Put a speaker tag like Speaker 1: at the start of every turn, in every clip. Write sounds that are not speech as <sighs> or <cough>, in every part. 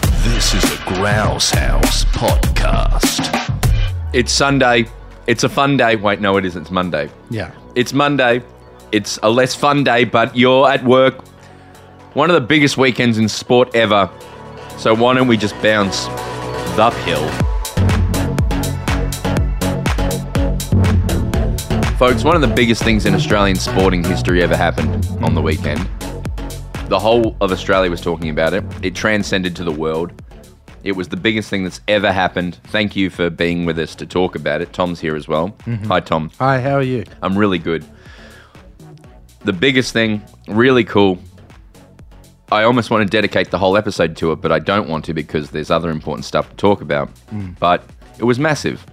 Speaker 1: This is the Grouse House Podcast.
Speaker 2: It's Sunday. It's a fun day. Wait, no, it isn't. It's Monday.
Speaker 3: Yeah.
Speaker 2: It's Monday. It's a less fun day, but you're at work. One of the biggest weekends in sport ever. So why don't we just bounce the hill? Folks, one of the biggest things in Australian sporting history ever happened on the weekend. The whole of Australia was talking about it. It transcended to the world. It was the biggest thing that's ever happened. Thank you for being with us to talk about it. Tom's here as well. Hi, Tom.
Speaker 3: Hi, how are you?
Speaker 2: I'm really good. The biggest thing, really cool. I almost want to dedicate the whole episode to it, but I don't want to because there's other important stuff to talk about.
Speaker 3: Mm.
Speaker 2: But it was massive.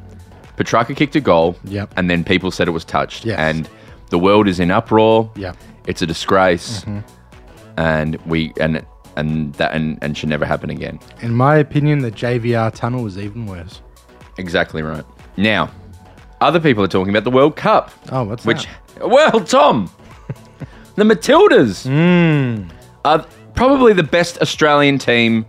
Speaker 2: Petrarca kicked a goal,
Speaker 3: Yep.
Speaker 2: and then people said it was touched.
Speaker 3: Yes.
Speaker 2: And the world is in uproar.
Speaker 3: Yep. Mm-hmm.
Speaker 2: It's a disgrace. And we and and that and, and should never happen again.
Speaker 3: In my opinion, the JVR tunnel was even worse.
Speaker 2: Exactly right. Now, other people are talking about the World Cup.
Speaker 3: Oh, what's
Speaker 2: Which, well, Tom, <laughs> the Matildas Hmm. are probably the best Australian team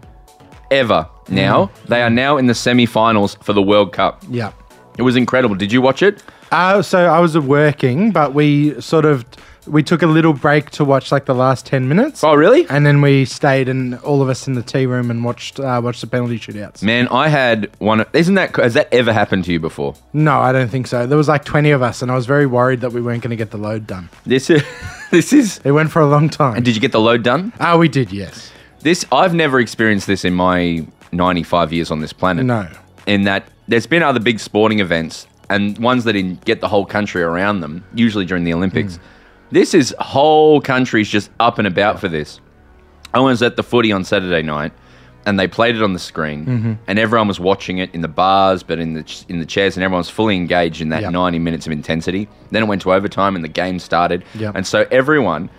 Speaker 2: ever. Now they are now in the semi-finals for the World Cup.
Speaker 3: Yeah.
Speaker 2: It was incredible. Did you watch it?
Speaker 3: Uh, so I was working, but we sort of we took a little break to watch like the last ten minutes.
Speaker 2: Oh, really?
Speaker 3: And then we stayed and all of us in the tea room and watched uh, watched the penalty shootouts.
Speaker 2: Man, I had one. of- Isn't that has that ever happened to you before?
Speaker 3: No, I don't think so. There was like twenty of us, and I was very worried that we weren't going to get the load done.
Speaker 2: This is <laughs> this is.
Speaker 3: It went for a long time.
Speaker 2: Did you get the load done?
Speaker 3: Ah, we did, yes.
Speaker 2: This I've never experienced this in my 95 years on this planet.
Speaker 3: No.
Speaker 2: in that there's been other big sporting events and ones that in, get the whole country around them, usually during the Olympics. This is whole countries just up and about for this. I was at the footy on Saturday night, and they played it on the screen, and everyone was watching it in the bars, but in the ch- in the chairs, and everyone was fully engaged in that
Speaker 3: Yep.
Speaker 2: 90 minutes of intensity. Then it went to overtime, and the game started,
Speaker 3: Yep.
Speaker 2: and so everyone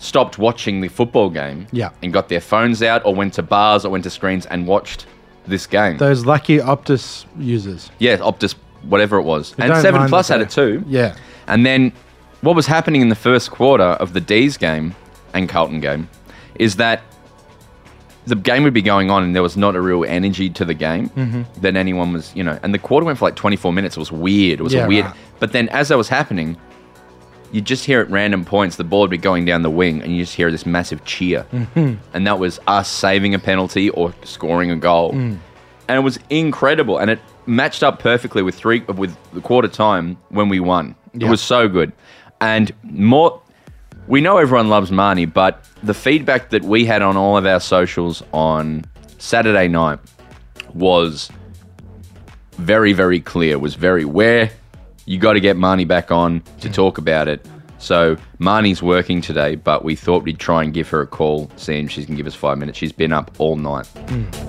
Speaker 2: stopped watching the football game,
Speaker 3: Yeah.
Speaker 2: and got their phones out, or went to bars, or went to screens, and watched this game.
Speaker 3: Those lucky Optus users.
Speaker 2: Yeah, Optus, whatever it was.
Speaker 3: They
Speaker 2: and
Speaker 3: don't
Speaker 2: 7
Speaker 3: mind
Speaker 2: Plus
Speaker 3: that
Speaker 2: had
Speaker 3: they-
Speaker 2: it too.
Speaker 3: Yeah.
Speaker 2: And then what was happening in the first quarter of the D's game and Carlton game is that the game would be going on and there was not a real energy to the game
Speaker 3: Mm-hmm.
Speaker 2: that anyone was, you know. And the quarter went for like 24 minutes. It was weird. It was
Speaker 3: Yeah,
Speaker 2: a weird.
Speaker 3: right.
Speaker 2: But then as that was happening, you just hear at random points the ball would be going down the wing and you just hear this massive cheer.
Speaker 3: Mm-hmm.
Speaker 2: And that was us saving a penalty or scoring a goal.
Speaker 3: Mm.
Speaker 2: And it was incredible. And it matched up perfectly with three with the quarter time when we won. It
Speaker 3: Yeah.
Speaker 2: was so good. And more we know everyone loves Marnie, but the feedback that we had on all of our socials on Saturday night was very, very clear, was very where you got to get Marnie back on to talk about it. So Marnie's working today, but we thought we'd try and give her a call, see if she can give us five minutes. She's been up all night.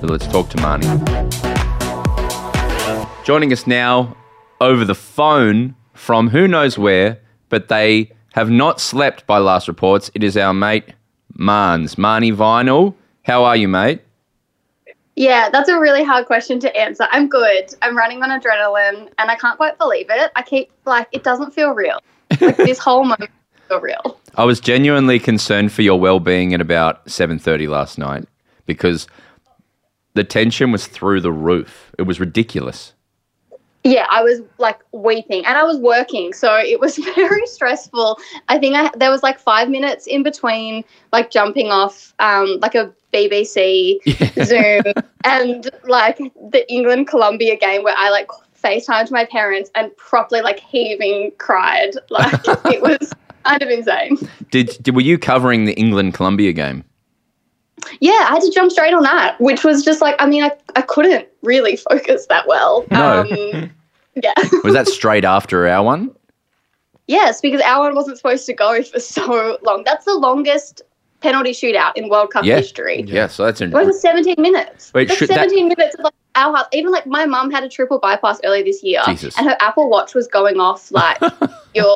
Speaker 2: So let's talk to Marnie. Joining us now over the phone from who knows where, but they have not slept by last reports. It is our mate Marnes. Marnie Vinyl. How are you, mate?
Speaker 4: Yeah, that's a really hard question to answer. I'm good. I'm running on adrenaline and I can't quite believe it. I keep like it doesn't feel real. Like this whole moment doesn't feel real.
Speaker 2: I was genuinely concerned for your well-being at about 7:30 last night because the tension was through the roof. It was ridiculous.
Speaker 4: Yeah, I was like weeping and I was working, so it was <laughs> very stressful. I think I there was like 5 minutes in between like jumping off um like a BBC Zoom and like the England Colombia game where I like FaceTimed my parents and properly like heaving cried. Like it was kind of insane.
Speaker 2: Did, did were you covering the England Colombia game?
Speaker 4: yeah, I had to jump straight on that, which was just like, I mean, I, I couldn't really <laughs> focus that well.
Speaker 2: No. <laughs>
Speaker 4: Um, yeah. <laughs>
Speaker 2: Was that straight after our one?
Speaker 4: yes, because our one wasn't supposed to go <laughs> for so long. That's the longest penalty shootout in World Cup
Speaker 2: Yeah.
Speaker 4: history.
Speaker 2: Yeah, so that's
Speaker 4: It was 17 minutes.
Speaker 2: Wait,
Speaker 4: That's
Speaker 2: should that-
Speaker 4: 17 minutes of like our house. Even like my mum had a triple bypass earlier this year,
Speaker 2: Jesus. <laughs>
Speaker 4: and her Apple Watch was going off like your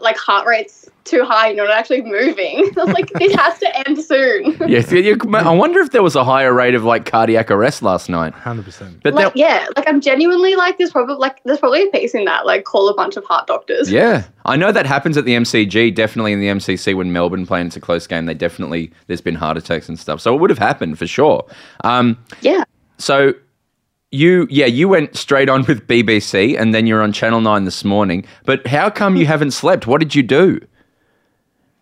Speaker 4: like heart rate's too high and you're not actually moving. <laughs> I was like, this has to end soon. <laughs>
Speaker 2: Yeah, so you- I wonder if there was a higher rate of like cardiac arrest last night.
Speaker 3: Hundred percent.
Speaker 2: But
Speaker 4: like
Speaker 2: that,
Speaker 4: yeah, like I'm genuinely like there's probably like there's probably a piece in that like call a bunch of heart doctors.
Speaker 2: yeah, I know that happens at the MCG. Definitely in the MCC when Melbourne playing, it's a close game. They definitely there's been heart attacks and stuff. So it would have happened for sure. Um,
Speaker 4: Yeah.
Speaker 2: so you, yeah, you went straight on with BBC, and then you're on Channel Nine this morning. But how come you haven't slept? What did you do?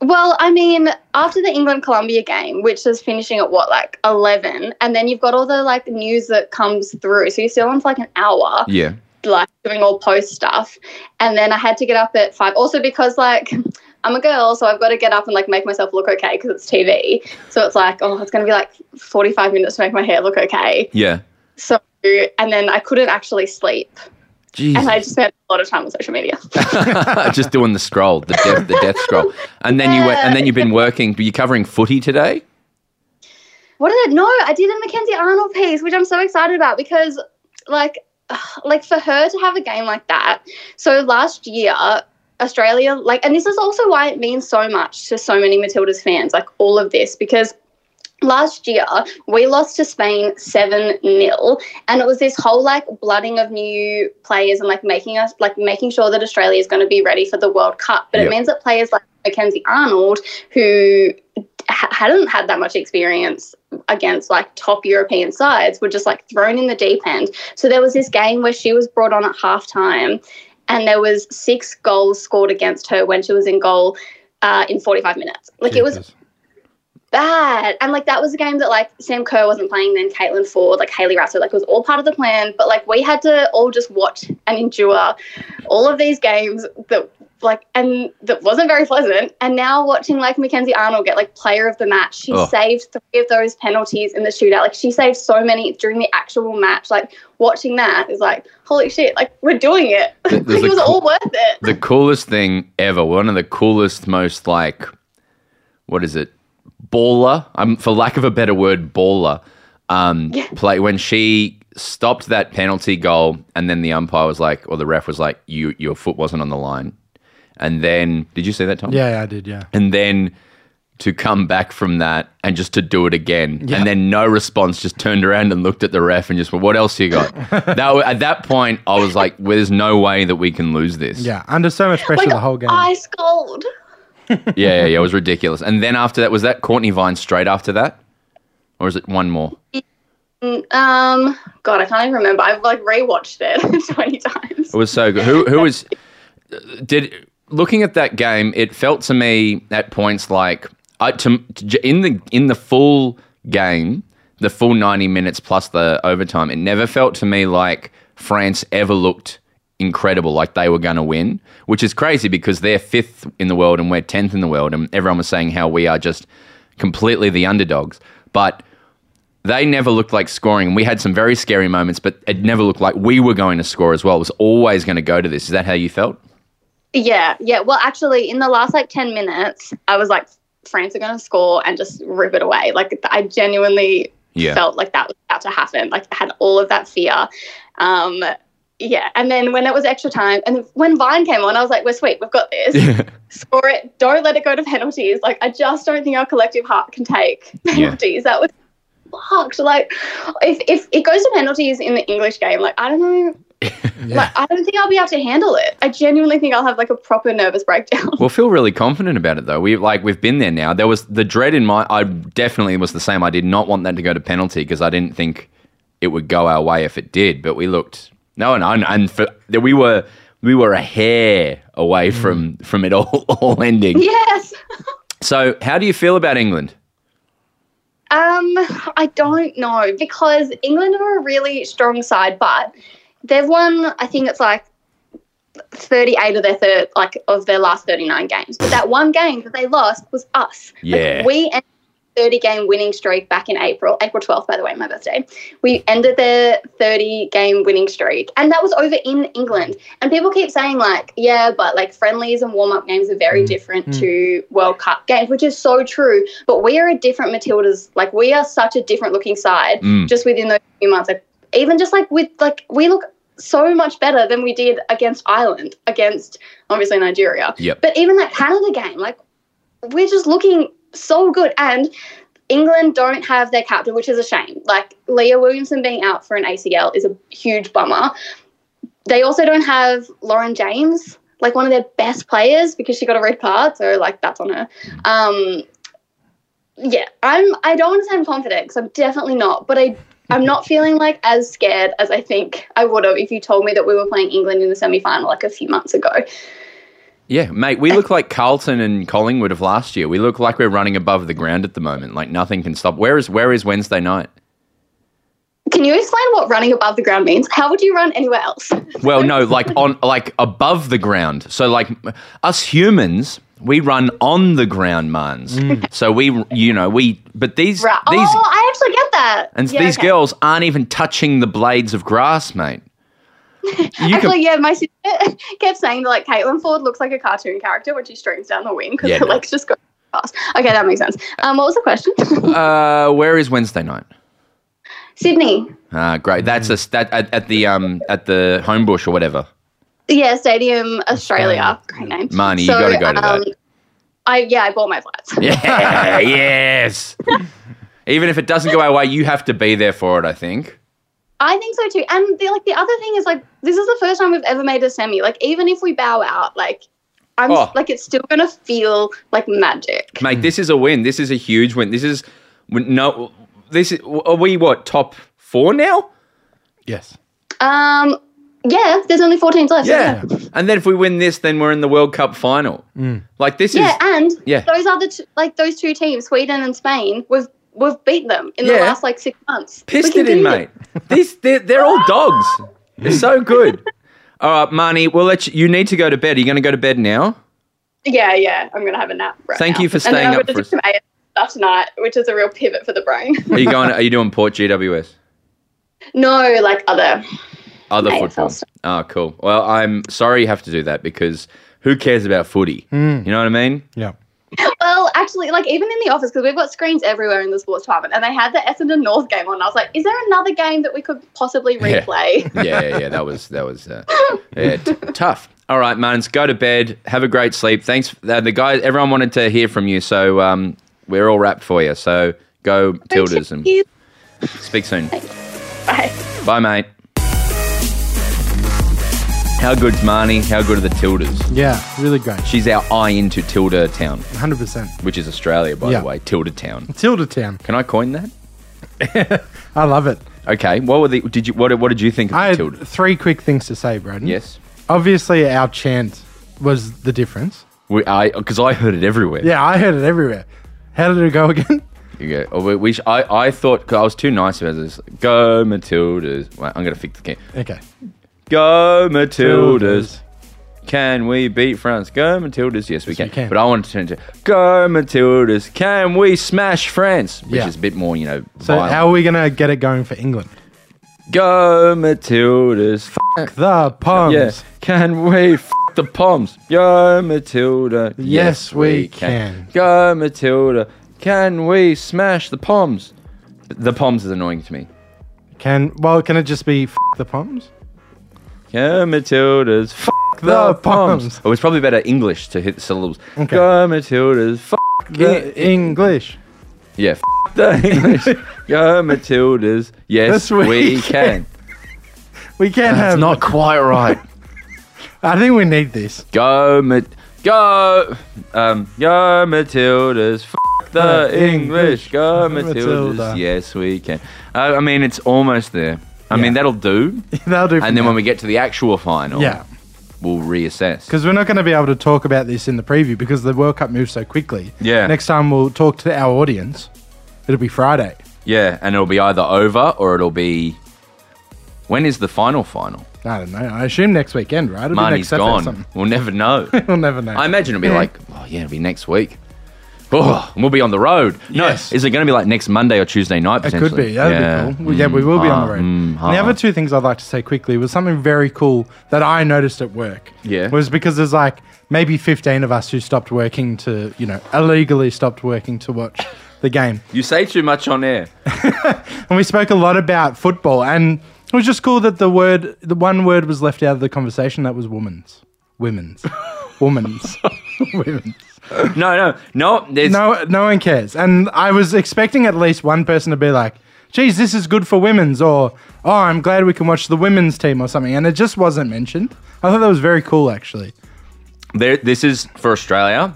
Speaker 4: Well, I mean, after the England Columbia game, which is finishing at what like 11, and then you've got all the like news that comes through. So you're still on for like an hour.
Speaker 2: Yeah,
Speaker 4: like doing all post stuff. And then I had to get up at five. Also because like <laughs> I'm a girl, so I've got to get up and like make myself look okay because it's TV. So it's like, oh, it's going to be like 45 minutes to make my hair look okay.
Speaker 2: yeah.
Speaker 4: So and then I couldn't actually sleep,
Speaker 2: Jesus.
Speaker 4: and I just spent a lot of time on social media.
Speaker 2: <laughs> just doing the scroll, the death, the death scroll, and then you went, and then you've been working. But you're covering footy today.
Speaker 4: What did I? No, I did a Mackenzie Arnold piece, which I'm so excited about because, like, <sighs> like for her to have a game like that. So last year, Australia, like, and this is also why it means so much to so many Matildas fans, like all of this, because last year we lost to Spain 7 0. And it was this whole like blooding of new players and like making us like making sure that Australia is going to be ready for the World Cup. But
Speaker 2: Yeah.
Speaker 4: it means that players like Mackenzie Arnold, who ha- hadn't had that much experience against like top European sides, were just like thrown in the deep end. So there was this game where she was brought on at halftime, and there was six goals scored against her when she was in goal uh, in 45 minutes. Like it was bad. And like that was a game that like Sam Kerr wasn't playing then, Caitlin Ford, like Haley Rasso, like it was all part of the plan. But like we had to all just watch and endure all of these games that like and that wasn't very pleasant. And now watching like Mackenzie Arnold get like player of the match. She
Speaker 2: Oh.
Speaker 4: saved three of those penalties in the shootout. Like she saved so many during the actual match. Like watching that is like, holy shit, like we're doing it.
Speaker 2: Th-
Speaker 4: like
Speaker 2: there's
Speaker 4: <laughs> it
Speaker 2: a
Speaker 4: was
Speaker 2: cou-
Speaker 4: all worth it.
Speaker 2: the coolest thing ever. One of the coolest, most like, what is it? Baller. Um, for lack of a better word, baller. Um, play when she stopped that penalty goal, and then the umpire was like, or the ref was like, "You, your foot wasn't on the line." And then, did you see that, Tom?
Speaker 3: Yeah, yeah, I did. Yeah.
Speaker 2: And then to come back from that and just to do it again, and then no response, just turned around and looked at the ref and just went, "What else you
Speaker 3: <laughs>
Speaker 2: got?" that wa- at that point, I was like, well, "There's no way that we can lose this."
Speaker 3: Yeah. Under so much pressure
Speaker 4: Like
Speaker 3: the whole game.
Speaker 4: ice cold.
Speaker 2: yeah, yeah, yeah, it was ridiculous. And then after that, was that Courtney Vine straight after that, or is it one more?
Speaker 4: Um, God, I can't even remember. I've like rewatched it <laughs> twenty times.
Speaker 2: It was so good. Who who was did looking at that game? It felt to me at points like I, to, to- in the in the full game, the full ninety minutes plus the overtime. It never felt to me like France ever looked incredible, like they were going to win, which is crazy because they're fifth in the world and we're tenth in the world, and everyone was saying how we are just completely the underdogs, but they never looked like scoring. We had some very scary moments, but it never looked like we were going to score as well. It was always going to go to this. Is that how you felt?
Speaker 4: Yeah, yeah. Well, actually, in the last like ten minutes, I was like, France are going to score and just rip it away. Like I genuinely
Speaker 2: Yeah.
Speaker 4: felt like that was about to happen. Like I had all of that fear. Um, yeah, and then when it was extra time, and when Vine came on, I was like, "We're sweet. We've got this. Score it. Don't let it go to penalties." Like I just don't think our collective heart can take penalties. That was fucked. Like if if it goes to penalties in the English game, like I don't know. Like I don't think I'll be able to handle it. I genuinely think I'll have like a proper nervous breakdown.
Speaker 2: <laughs> Well, feel really confident about it though. We like we've been there now. There was the dread in my. I definitely was the same. I did not want that to go to penalty because I didn't think it would go our way if it did. But we looked no, and and, and for, that we were we were a hair away from from it all <laughs> all ending.
Speaker 4: <laughs> yes.
Speaker 2: So, how do you feel about England?
Speaker 4: Um, I don't know because England are a really strong side, but they've won. I think it's like thirty-eight of their third, like of their last thirty-nine games. But that one game that they lost was us. Like,
Speaker 2: Yeah.
Speaker 4: we ended the thirty-game winning streak back in April, April twelfth, by the way, my birthday. We ended their thirty-game winning streak, and that was over in England. And people keep saying like, yeah, but like friendlies and warm-up games are very different to World Cup games, which is so true. But we are a different Matildas. Like we are such a different looking side
Speaker 2: Mm.
Speaker 4: just within those few months. Like even just like with like we look so much better than we did against Ireland, against obviously Nigeria.
Speaker 2: Yep.
Speaker 4: But even that Canada game, like we're just looking so good. And England don't have their captain, which is a shame. Like Leah Williamson being out for an ACL is a huge bummer. They also don't have Lauren James, like one of their best players, because she got a red card. So like that's on her. Um, yeah, I'm. I don't want to sound confident because I'm definitely not. But I, I'm not feeling like as scared as I think I would have if you told me that we were playing England in the semi final like a few months ago.
Speaker 2: Yeah, mate, we look like Carlton and Collingwood of last year. We look like we're running above the ground at the moment. Like nothing can stop. Where is where is Wednesday night?
Speaker 4: Can you explain what running above the ground means? How would you run anywhere else?
Speaker 2: Well, no, like on like above the ground. So like us humans, we run on the ground, Mans. So we you know, we but these
Speaker 4: Right.
Speaker 2: these
Speaker 4: oh, I actually get that.
Speaker 2: and
Speaker 4: Yeah,
Speaker 2: these
Speaker 4: okay.
Speaker 2: girls aren't even touching the blades of grass, mate.
Speaker 4: <laughs>
Speaker 2: You
Speaker 4: Actually, yeah, my sister <laughs> kept saying that like Caitlin Ford looks like a cartoon character when she streams down the wing because
Speaker 2: Yeah,
Speaker 4: her
Speaker 2: no.
Speaker 4: legs just go fast. Okay, that makes sense. Um, what was the question? <laughs>
Speaker 2: can uh where is Wednesday night?
Speaker 4: Sydney,
Speaker 2: Ah, great. That's a that at, at the um at the homebush or whatever.
Speaker 4: yeah, Stadium Australia, great name. um,
Speaker 2: Marnie, you gotta go to that.
Speaker 4: I yeah, I bought my flats.
Speaker 2: <laughs> Yeah, yes. Even if it doesn't go our way, you have to be there for it, I think.
Speaker 4: I think so too. And the, like the other thing is like this is the first time we've ever made a semi. Like even if we bow out, like I'm
Speaker 2: Oh.
Speaker 4: like it's still gonna feel like magic.
Speaker 2: Mate, this is a win. This is a huge win. This is no this is are we what top 4 now?
Speaker 3: Yes.
Speaker 4: Um, yeah, there's only four teams left.
Speaker 2: Yeah. And then if we win this, then we're in the World Cup final. Like this
Speaker 4: Yeah,
Speaker 2: is
Speaker 4: and
Speaker 2: yeah.
Speaker 4: those other t- like those two teams, Sweden and Spain, we've we've beat them in the
Speaker 2: Yeah.
Speaker 4: last like six months. We
Speaker 2: pissed
Speaker 4: can
Speaker 2: it in,
Speaker 4: do
Speaker 2: mate. These they're, they're all
Speaker 4: <laughs>
Speaker 2: dogs. They're so good. All right, Marnie. Well, let you, you need to go to bed. Are you going to go to bed now?
Speaker 4: Yeah, yeah. I'm gonna have a nap. Right
Speaker 2: Thank
Speaker 4: now.
Speaker 2: you for
Speaker 4: And
Speaker 2: staying
Speaker 4: then I'm
Speaker 2: up
Speaker 4: gonna
Speaker 2: for
Speaker 4: do
Speaker 2: us.
Speaker 4: some AS stuff tonight, which is a real pivot for the brain. <laughs>
Speaker 2: Are you going? Are you doing Port GWS?
Speaker 4: no, like other.
Speaker 2: Other
Speaker 4: AFL
Speaker 2: football.
Speaker 4: stuff.
Speaker 2: Oh, cool. Well, I'm sorry you have to do that because who cares about footy? You know what I mean?
Speaker 3: Yeah.
Speaker 4: Well, actually, like even in the office, because we've got screens everywhere in the sports department, and they had the Essendon North game on. And I was like, is there another game that we could possibly
Speaker 2: Yeah.
Speaker 4: replay?
Speaker 2: Yeah, yeah, yeah. That was that was uh, yeah, t- tough. All right, Martins, go to bed. Have a great sleep. Thanks. Uh, the guys, everyone wanted to hear from you, so um, we're all wrapped for you. So go <laughs>
Speaker 4: <laughs>
Speaker 2: Tildas and
Speaker 4: you.
Speaker 2: speak soon.
Speaker 4: Bye.
Speaker 2: Bye, mate. How good's Marnie? How good are the Tildas?
Speaker 3: Yeah. Really great.
Speaker 2: She's our eye into Tilda Town,
Speaker 3: 100%.
Speaker 2: which is Australia, by
Speaker 3: Yeah.
Speaker 2: the way. Tilda Town.
Speaker 3: Tilda Town.
Speaker 2: Can I coin that?
Speaker 3: I love it.
Speaker 2: Okay. What were the? Did you? What, what did you think of
Speaker 3: I
Speaker 2: the
Speaker 3: had
Speaker 2: Tilda?
Speaker 3: three quick things to say, Braden.
Speaker 2: Yes.
Speaker 3: Obviously, our chant was the difference.
Speaker 2: We, I because I heard it everywhere.
Speaker 3: Yeah, I heard it everywhere. How did it go again? <laughs>
Speaker 2: You go, oh, we, we sh- I, I thought 'cause I was too nice about this. Go Matildas. Wait, I'm gonna fix the game.
Speaker 3: Okay.
Speaker 2: Go Matildas. Can we beat France? Go Matildas. Yes, we, can.
Speaker 3: we can.
Speaker 2: But I want to turn to Go Matildas. Can we smash France? Which
Speaker 3: Yeah.
Speaker 2: is a bit more, you know.
Speaker 3: So,
Speaker 2: violent.
Speaker 3: how are we going to get it going for England?
Speaker 2: Go Matildas. F-
Speaker 3: The Poms.
Speaker 2: yeah. Can we f- the Poms? Go Matilda.
Speaker 3: Yes, we can.
Speaker 2: Go Matilda. Can we smash the Poms? The Poms is annoying to me.
Speaker 3: Can, well, can it just be F- the Poms?
Speaker 2: Go Matildas, f the
Speaker 3: the
Speaker 2: Poms.
Speaker 3: Poms.
Speaker 2: Oh, it's probably better English to hit the syllables.
Speaker 3: Okay.
Speaker 2: Go Matildas, f
Speaker 3: The
Speaker 2: the
Speaker 3: English.
Speaker 2: yeah, f the English.
Speaker 3: <laughs>
Speaker 2: Go Matildas, yes
Speaker 3: Yes, we
Speaker 2: we can.
Speaker 3: can. We can't have.
Speaker 2: quite right.
Speaker 3: I think we need this.
Speaker 2: Go Mat, go, um, go Matildas, f the
Speaker 3: The
Speaker 2: English. Go
Speaker 3: Uh, English.
Speaker 2: Matildas,
Speaker 3: Matilda.
Speaker 2: yes we can. Uh, I mean, it's almost there. I mean,
Speaker 3: Yeah.
Speaker 2: that'll
Speaker 3: <laughs>
Speaker 2: do.
Speaker 3: That'll do. for
Speaker 2: And then
Speaker 3: now.
Speaker 2: when we get to the actual final,
Speaker 3: Yeah.
Speaker 2: we'll reassess.
Speaker 3: Because we're not going to be able to talk about this in the preview because the World Cup moves so quickly.
Speaker 2: Yeah.
Speaker 3: Next time we'll talk to our audience. It'll be Friday.
Speaker 2: Yeah, and it'll be either over or it'll be. When is the final final?
Speaker 3: I don't know. I assume next weekend, right? It'll
Speaker 2: Marnie's
Speaker 3: Saturday or
Speaker 2: gone.
Speaker 3: something.
Speaker 2: We'll never know.
Speaker 3: <laughs> we'll never know.
Speaker 2: I imagine it'll be
Speaker 3: Yeah.
Speaker 2: like, oh yeah, it'll be next week. Oh, and we'll be on the road. No,
Speaker 3: Yes.
Speaker 2: is it going to be like next Monday or Tuesday night?
Speaker 3: It could
Speaker 2: potentially?
Speaker 3: be. That'd be cool. Well, yeah, we will be on
Speaker 2: ah,
Speaker 3: the road.
Speaker 2: mm,
Speaker 3: And the
Speaker 2: ah.
Speaker 3: other two things I'd like to say quickly was something very cool that I noticed at work.
Speaker 2: Yeah.
Speaker 3: Was because there's like maybe 15 of us who stopped working to, you know, illegally stopped working to watch the game. <laughs>
Speaker 2: You say too much on air.
Speaker 3: And we spoke a lot about football and It was just cool that the word, the one word was left out of the conversation. That was woman's,
Speaker 2: <laughs>
Speaker 3: women's, woman's, women's.
Speaker 2: No, no, no. There's,
Speaker 3: No, no one cares. And I was expecting at least one person to be like, "Geez, this is good for women's," or "Oh, I'm glad we can watch the women's team" or something. And it just wasn't mentioned. I thought that was very cool, actually.
Speaker 2: there. This is for Australia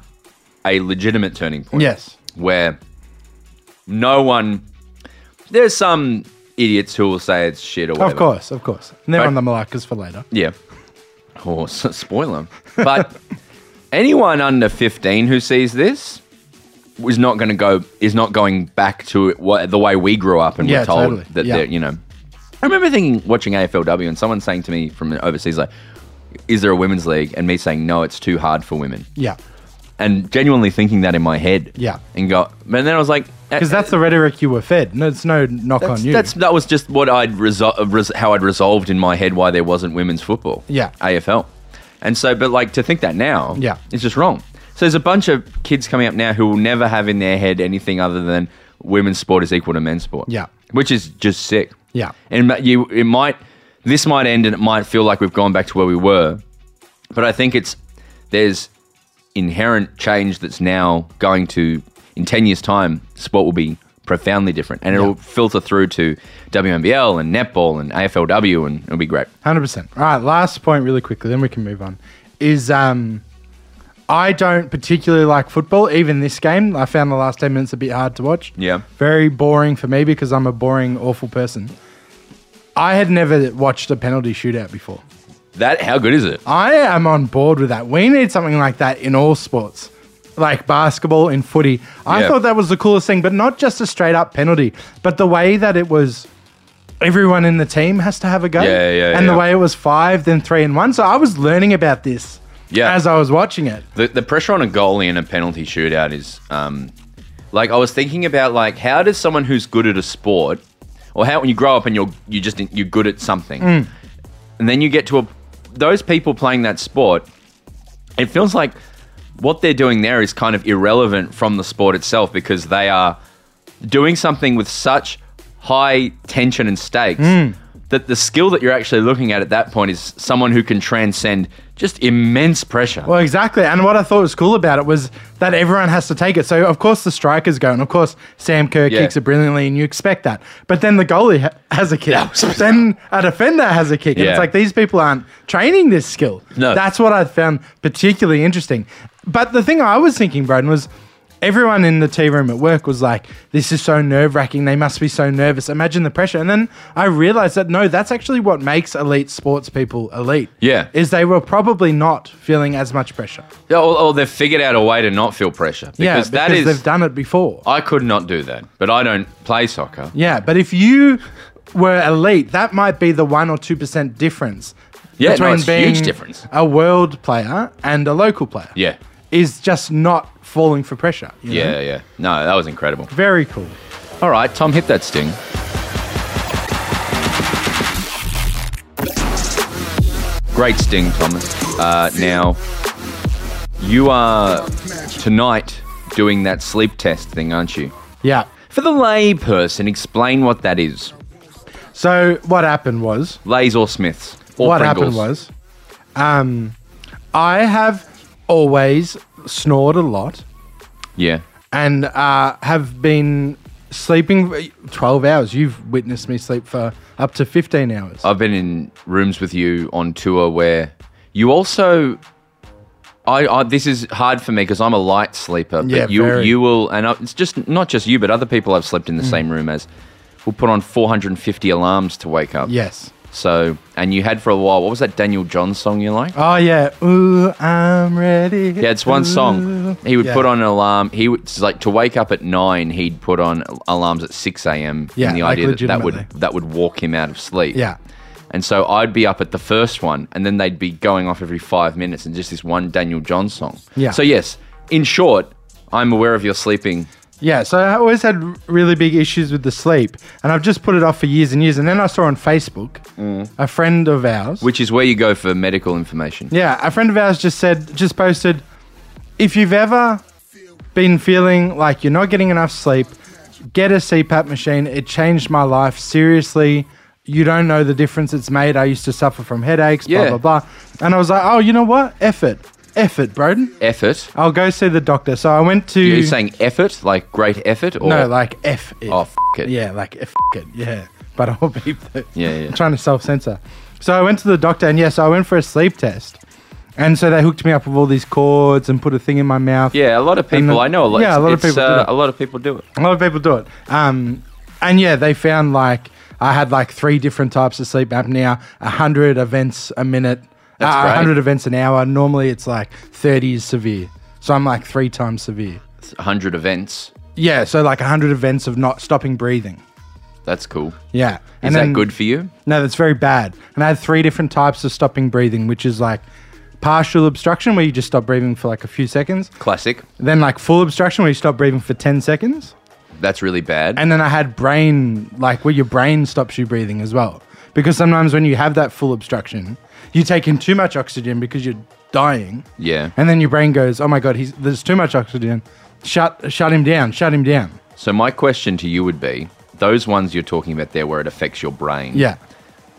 Speaker 2: a legitimate turning point.
Speaker 3: Yes.
Speaker 2: where no one. There's some idiots who will say it's shit or whatever.
Speaker 3: Of course, of course. And they're
Speaker 2: Right.
Speaker 3: on the Malakas for later. <laughs>
Speaker 2: Yeah. Oh, s- spoiler. <laughs> But anyone under 15 who sees this is not going to go, is not going back to it, what, the way we grew up and
Speaker 3: Yeah,
Speaker 2: we're told
Speaker 3: totally.
Speaker 2: that
Speaker 3: Yeah.
Speaker 2: they're, you know. I remember thinking, watching AFLW and someone saying to me from overseas, like, is there a women's league? And me saying, no, it's too hard for women.
Speaker 3: Yeah.
Speaker 2: And genuinely thinking that in my head.
Speaker 3: Yeah.
Speaker 2: And go, and then I was like, "Uh,
Speaker 3: Because that's the rhetoric you were fed. No, it's no knock
Speaker 2: that's,
Speaker 3: on you.
Speaker 2: that's- that was just what I'd resol- uh, res- how I'd resolved in my head why there wasn't women's football.
Speaker 3: Yeah.
Speaker 2: AFL. And so, but like to think that now,
Speaker 3: Yeah.
Speaker 2: it's just wrong. So there's a bunch of kids coming up now who will never have in their head anything other than women's sport is equal to men's sport.
Speaker 3: Yeah.
Speaker 2: which is just sick.
Speaker 3: Yeah.
Speaker 2: and ma- you, it might this might end and it might feel like we've gone back to where we were, but I think it's there's inherent change that's now going to in 10 years time sport will be profoundly different and it'll filter through to WNBL and netball and AFLW and it'll be great
Speaker 3: Hundred percent. All right, last point really quickly, then we can move on. Is um, I don't particularly like football. Even this game, I found the last ten minutes a bit hard to watch.
Speaker 2: Yeah.
Speaker 3: very boring for me because I'm a boring, awful person. I had never watched a penalty shootout before.
Speaker 2: that how good is it
Speaker 3: I am on board with that. We need something like that in all sports, like basketball and footy. I
Speaker 2: Yeah.
Speaker 3: thought that was the coolest thing, but not just a straight up penalty, but the way that it was. Everyone in the team has to have a go.
Speaker 2: Yeah, yeah,
Speaker 3: And the
Speaker 2: yeah.
Speaker 3: way it was five, then three, and one. So I was learning about this
Speaker 2: Yeah.
Speaker 3: as I was watching it.
Speaker 2: the, the pressure on a goalie in a penalty shootout is um, like I was thinking about like how does someone who's good at a sport or how when you grow up and you're you just you're good at something and then you get to a those people playing that sport it feels like what they're doing there is kind of irrelevant from the sport itself because they are doing something with such high tension and stakes that the skill that you're actually looking at at that point is someone who can transcend just immense pressure.
Speaker 3: Well, exactly. And what I thought was cool about it was that everyone has to take it. So, of course, the strikers go, and of course, Sam Kerr
Speaker 2: Yeah.
Speaker 3: kicks it brilliantly, and you expect that. But then the goalie ha- has a kick. then a defender has a kick. And it's
Speaker 2: Yeah.
Speaker 3: like these people aren't training this skill.
Speaker 2: No.
Speaker 3: That's what I found particularly interesting. But the thing I was thinking, Broden, was everyone in the tea room at work was like, this is so nerve wracking. They must be so nervous. Imagine the pressure. And then I realized that no, that's actually what makes elite sports people elite.
Speaker 2: Yeah.
Speaker 3: Is they were probably not feeling as much pressure.
Speaker 2: Yeah, or, or they've figured out a way to not feel pressure. Because
Speaker 3: Yeah,
Speaker 2: that
Speaker 3: because
Speaker 2: is,
Speaker 3: they've done it before.
Speaker 2: I could not do that, but I don't play soccer.
Speaker 3: yeah, but if you were elite, that might be the one or two percent difference
Speaker 2: Yeah, no, it's huge difference.
Speaker 3: a world player and a local player.
Speaker 2: Yeah,
Speaker 3: is just not falling for pressure. you know?
Speaker 2: yeah, yeah. No, that was incredible.
Speaker 3: very cool.
Speaker 2: All right, Tom, hit that sting. Great sting, Thomas. Uh, now, you are tonight doing that sleep test thing, aren't you?
Speaker 3: Yeah.
Speaker 2: For the lay person, explain what that is.
Speaker 3: So what happened was
Speaker 2: Lays or Smiths or
Speaker 3: what
Speaker 2: Pringles.
Speaker 3: happened was, um, I have always snored a lot.
Speaker 2: yeah,
Speaker 3: and uh, have been sleeping 12 hours. You've witnessed me sleep for up to 15 hours.
Speaker 2: I've been in rooms with you on tour where you also. I, I this is hard for me because I'm a light sleeper. But
Speaker 3: Yeah,
Speaker 2: you
Speaker 3: very. Mm.
Speaker 2: you will, and I, it's just not just you, but other people I've slept in the same room as will put on 450 alarms to wake up.
Speaker 3: yes.
Speaker 2: So, and you had for a while. What was that Daniel John song you like?
Speaker 3: Oh, yeah. Ooh, I'm ready.
Speaker 2: Yeah, it's one song. He would
Speaker 3: Yeah.
Speaker 2: put on an alarm. He would it's like to wake up at nine. He'd put on alarms at six a.m.
Speaker 3: Yeah,
Speaker 2: and the
Speaker 3: like
Speaker 2: idea that that would
Speaker 3: legitimately.
Speaker 2: that would walk him out of sleep.
Speaker 3: Yeah.
Speaker 2: And so I'd be up at the first one, and then they'd be going off every five minutes, and just this one Daniel John song.
Speaker 3: Yeah.
Speaker 2: So yes, in short, I'm aware of your sleeping.
Speaker 3: Yeah, so I always had r- really big issues with the sleep, and I've just put it off for years and years. And then I saw on Facebook
Speaker 2: Mm.
Speaker 3: a friend of ours.
Speaker 2: Which is where you go for medical information.
Speaker 3: Yeah, a friend of ours just said, just posted, if you've ever been feeling like you're not getting enough sleep, get a CPAP machine. It changed my life. Seriously, you don't know the difference it's made. I used to suffer from headaches,
Speaker 2: Yeah.
Speaker 3: blah, blah, blah. And I was like, oh, you know what? Effort. Effort, Broden.
Speaker 2: Effort.
Speaker 3: I'll go see the doctor. So I went to.
Speaker 2: Are you saying effort, like great effort, or
Speaker 3: no, like F it.
Speaker 2: oh f- it?
Speaker 3: Yeah, like eh, f- it. Yeah, but I'll <laughs> beep that.
Speaker 2: Yeah, yeah.
Speaker 3: I'm trying to self-censor. So I went to the doctor, and yes, I went for a sleep test, and so they hooked me up with all these cords and put a thing in my mouth.
Speaker 2: Yeah, a lot of
Speaker 3: And
Speaker 2: people.
Speaker 3: the-
Speaker 2: I know a lot.
Speaker 3: yeah,
Speaker 2: it's-
Speaker 3: a lot of
Speaker 2: it's,
Speaker 3: people do
Speaker 2: Uh,
Speaker 3: that.
Speaker 2: a lot of people do it.
Speaker 3: a lot of people do it. Um, and yeah, they found like I had like three different types of sleep apnea, hundred events a minute,
Speaker 2: That's
Speaker 3: uh,
Speaker 2: great.
Speaker 3: hundred events an hour. Normally it's like thirty is severe, so I'm like three times severe.
Speaker 2: hundred events.
Speaker 3: Yeah, so like hundred events of not stopping breathing.
Speaker 2: That's cool. Is
Speaker 3: Yeah, and
Speaker 2: that
Speaker 3: then-
Speaker 2: good for you?
Speaker 3: No, that's very bad. And I had three different types of stopping breathing, which is like partial obstruction where you just stop breathing for like a few seconds,
Speaker 2: Classic.
Speaker 3: then like full obstruction where you stop breathing for 10 seconds,
Speaker 2: That's really bad.
Speaker 3: and then I had brain like where your brain stops you breathing as well. Because sometimes when you have that full obstruction, you take in too much oxygen because you're dying.
Speaker 2: yeah.
Speaker 3: And then your brain goes, "Oh my god, he's there's too much oxygen. Shut shut him down. Shut him down."
Speaker 2: So my question to you would be: those ones you're talking about there, where it affects your brain.
Speaker 3: Yeah.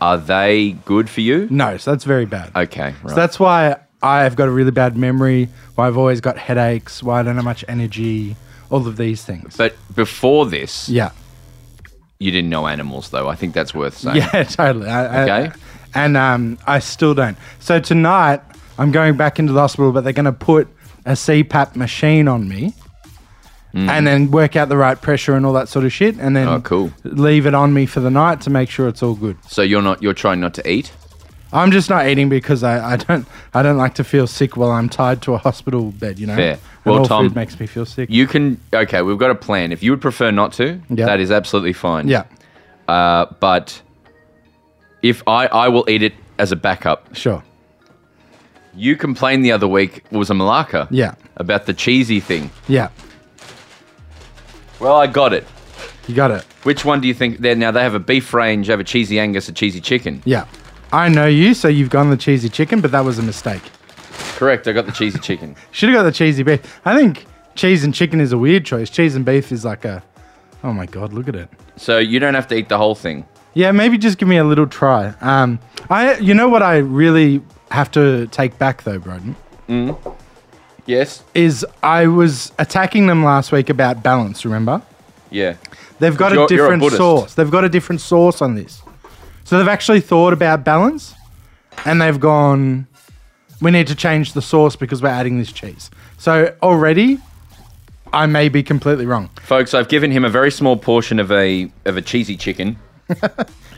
Speaker 2: Are they good for you?
Speaker 3: No, so that's very bad.
Speaker 2: Okay. Right.
Speaker 3: So that's why I've got a really bad memory, why I've always got headaches, why I don't have much energy, all of these things.
Speaker 2: but before this,
Speaker 3: yeah.
Speaker 2: you didn't know animals, though. I think that's worth saying.
Speaker 3: Yeah, <laughs> totally. I, I-
Speaker 2: Okay.
Speaker 3: and um, I still don't. So tonight, I'm going back into the hospital, but they're going to put a CPAP machine on me. And then work out the right pressure and all that sort of shit, and then
Speaker 2: Hmm. Oh, cool.
Speaker 3: leave it on me for the night to make sure it's all good.
Speaker 2: So you're not you're trying not to eat.
Speaker 3: I'm just not eating because I, I don't I don't like to feel sick while I'm tied to a hospital bed. You know,
Speaker 2: Fair.
Speaker 3: And
Speaker 2: Well,
Speaker 3: all
Speaker 2: Tom,
Speaker 3: food makes me feel sick.
Speaker 2: You can. Okay, we've got a plan. If you would prefer not to,
Speaker 3: Yeah.
Speaker 2: that is absolutely fine.
Speaker 3: Yeah,
Speaker 2: Uh, but if I I will eat it as a backup.
Speaker 3: sure.
Speaker 2: You complained the other week it was a malacca.
Speaker 3: Yeah.
Speaker 2: About the cheesy thing.
Speaker 3: Yeah,
Speaker 2: Well, I got it.
Speaker 3: you got it.
Speaker 2: Which one do you think? There now they have a beef range, they have a cheesy Angus, a cheesy chicken.
Speaker 3: Yeah, I know you, so you've gone the cheesy chicken, but that was a mistake.
Speaker 2: Correct. I got the cheesy chicken.
Speaker 3: Should have got the cheesy beef. I think cheese and chicken is a weird choice. Cheese and beef is like a, oh my god, look at it.
Speaker 2: So you don't have to eat the whole thing.
Speaker 3: Yeah, maybe just give me a little try. Um, I you know what I really have to take back though, Broden.
Speaker 2: Yes.
Speaker 3: is I was attacking them last week about balance, remember?
Speaker 2: Yeah.
Speaker 3: They've
Speaker 2: You're-
Speaker 3: got a
Speaker 2: you're a
Speaker 3: different
Speaker 2: Buddhist.
Speaker 3: source. They've got a different source on this. So they've actually thought about balance and they've gone, we need to change the source because we're adding this cheese. So already, I may be completely wrong.
Speaker 2: Folks, I've given him a very small portion of a of a cheesy chicken.
Speaker 3: Is
Speaker 2: Um,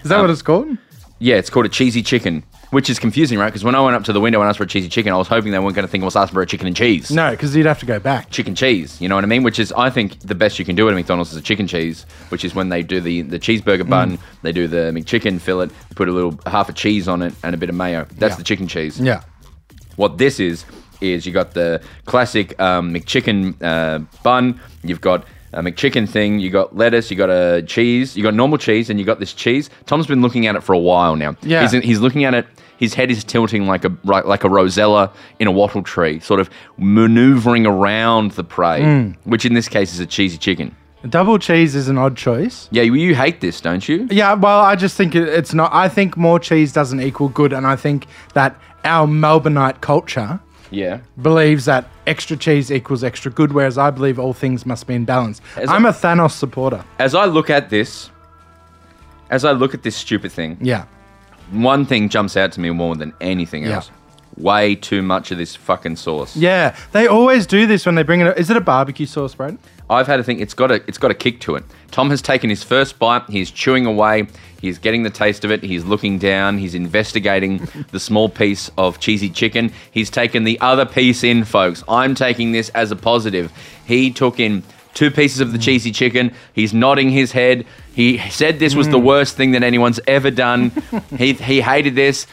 Speaker 3: that what it's called?
Speaker 2: Yeah, it's called a cheesy chicken, which is confusing, right? Because when I went up to the window and asked for a cheesy chicken, I was hoping they weren't going to think I was asking for a chicken and cheese.
Speaker 3: No, because you'd have to go back.
Speaker 2: Chicken cheese, you know what I mean? Which is, I think, the best you can do at a McDonald's is a chicken cheese, which is when they do the, the
Speaker 3: Mm.
Speaker 2: cheeseburger bun, they do the McChicken fillet, put a little half a cheese on it and a bit of mayo. That's
Speaker 3: Yeah.
Speaker 2: the chicken cheese.
Speaker 3: Yeah.
Speaker 2: What this is is you got the classic um, McChicken uh, bun. You've got a McChicken thing. You got lettuce. You got a cheese. You got normal cheese, and you got this cheese. Tom's been looking at it for a while now.
Speaker 3: Yeah.
Speaker 2: he's, he's looking at it. His head is tilting like a right, like a rosella in a wattle tree, sort of maneuvering around the prey, which in this case is a cheesy chicken.
Speaker 3: Double cheese is an odd choice.
Speaker 2: Yeah, you, you hate this, don't you?
Speaker 3: Yeah, well, I just think it, it's not. I think more cheese doesn't equal good. And I think that our Melbourneite culture
Speaker 2: Yeah.
Speaker 3: believes that extra cheese equals extra good, whereas I believe all things must be in balance.
Speaker 2: As
Speaker 3: I'm
Speaker 2: a-
Speaker 3: a Thanos supporter.
Speaker 2: As I look at this, as I look at this stupid thing,
Speaker 3: Yeah.
Speaker 2: one thing jumps out to me more than anything
Speaker 3: Yeah.
Speaker 2: else. Way too much of this fucking sauce.
Speaker 3: Yeah. They always do this when they bring it. Is it a barbecue sauce, Brad?
Speaker 2: I've had a thing. It's got a it's got a kick to it. Tom has taken his first bite. He's chewing away. He's getting the taste of it. He's looking down. He's investigating the small piece of cheesy chicken. He's taken the other piece in, folks. I'm taking this as a positive. He took in two pieces of the cheesy chicken. He's nodding his head. He said this was the worst thing that anyone's ever done. he he hated this,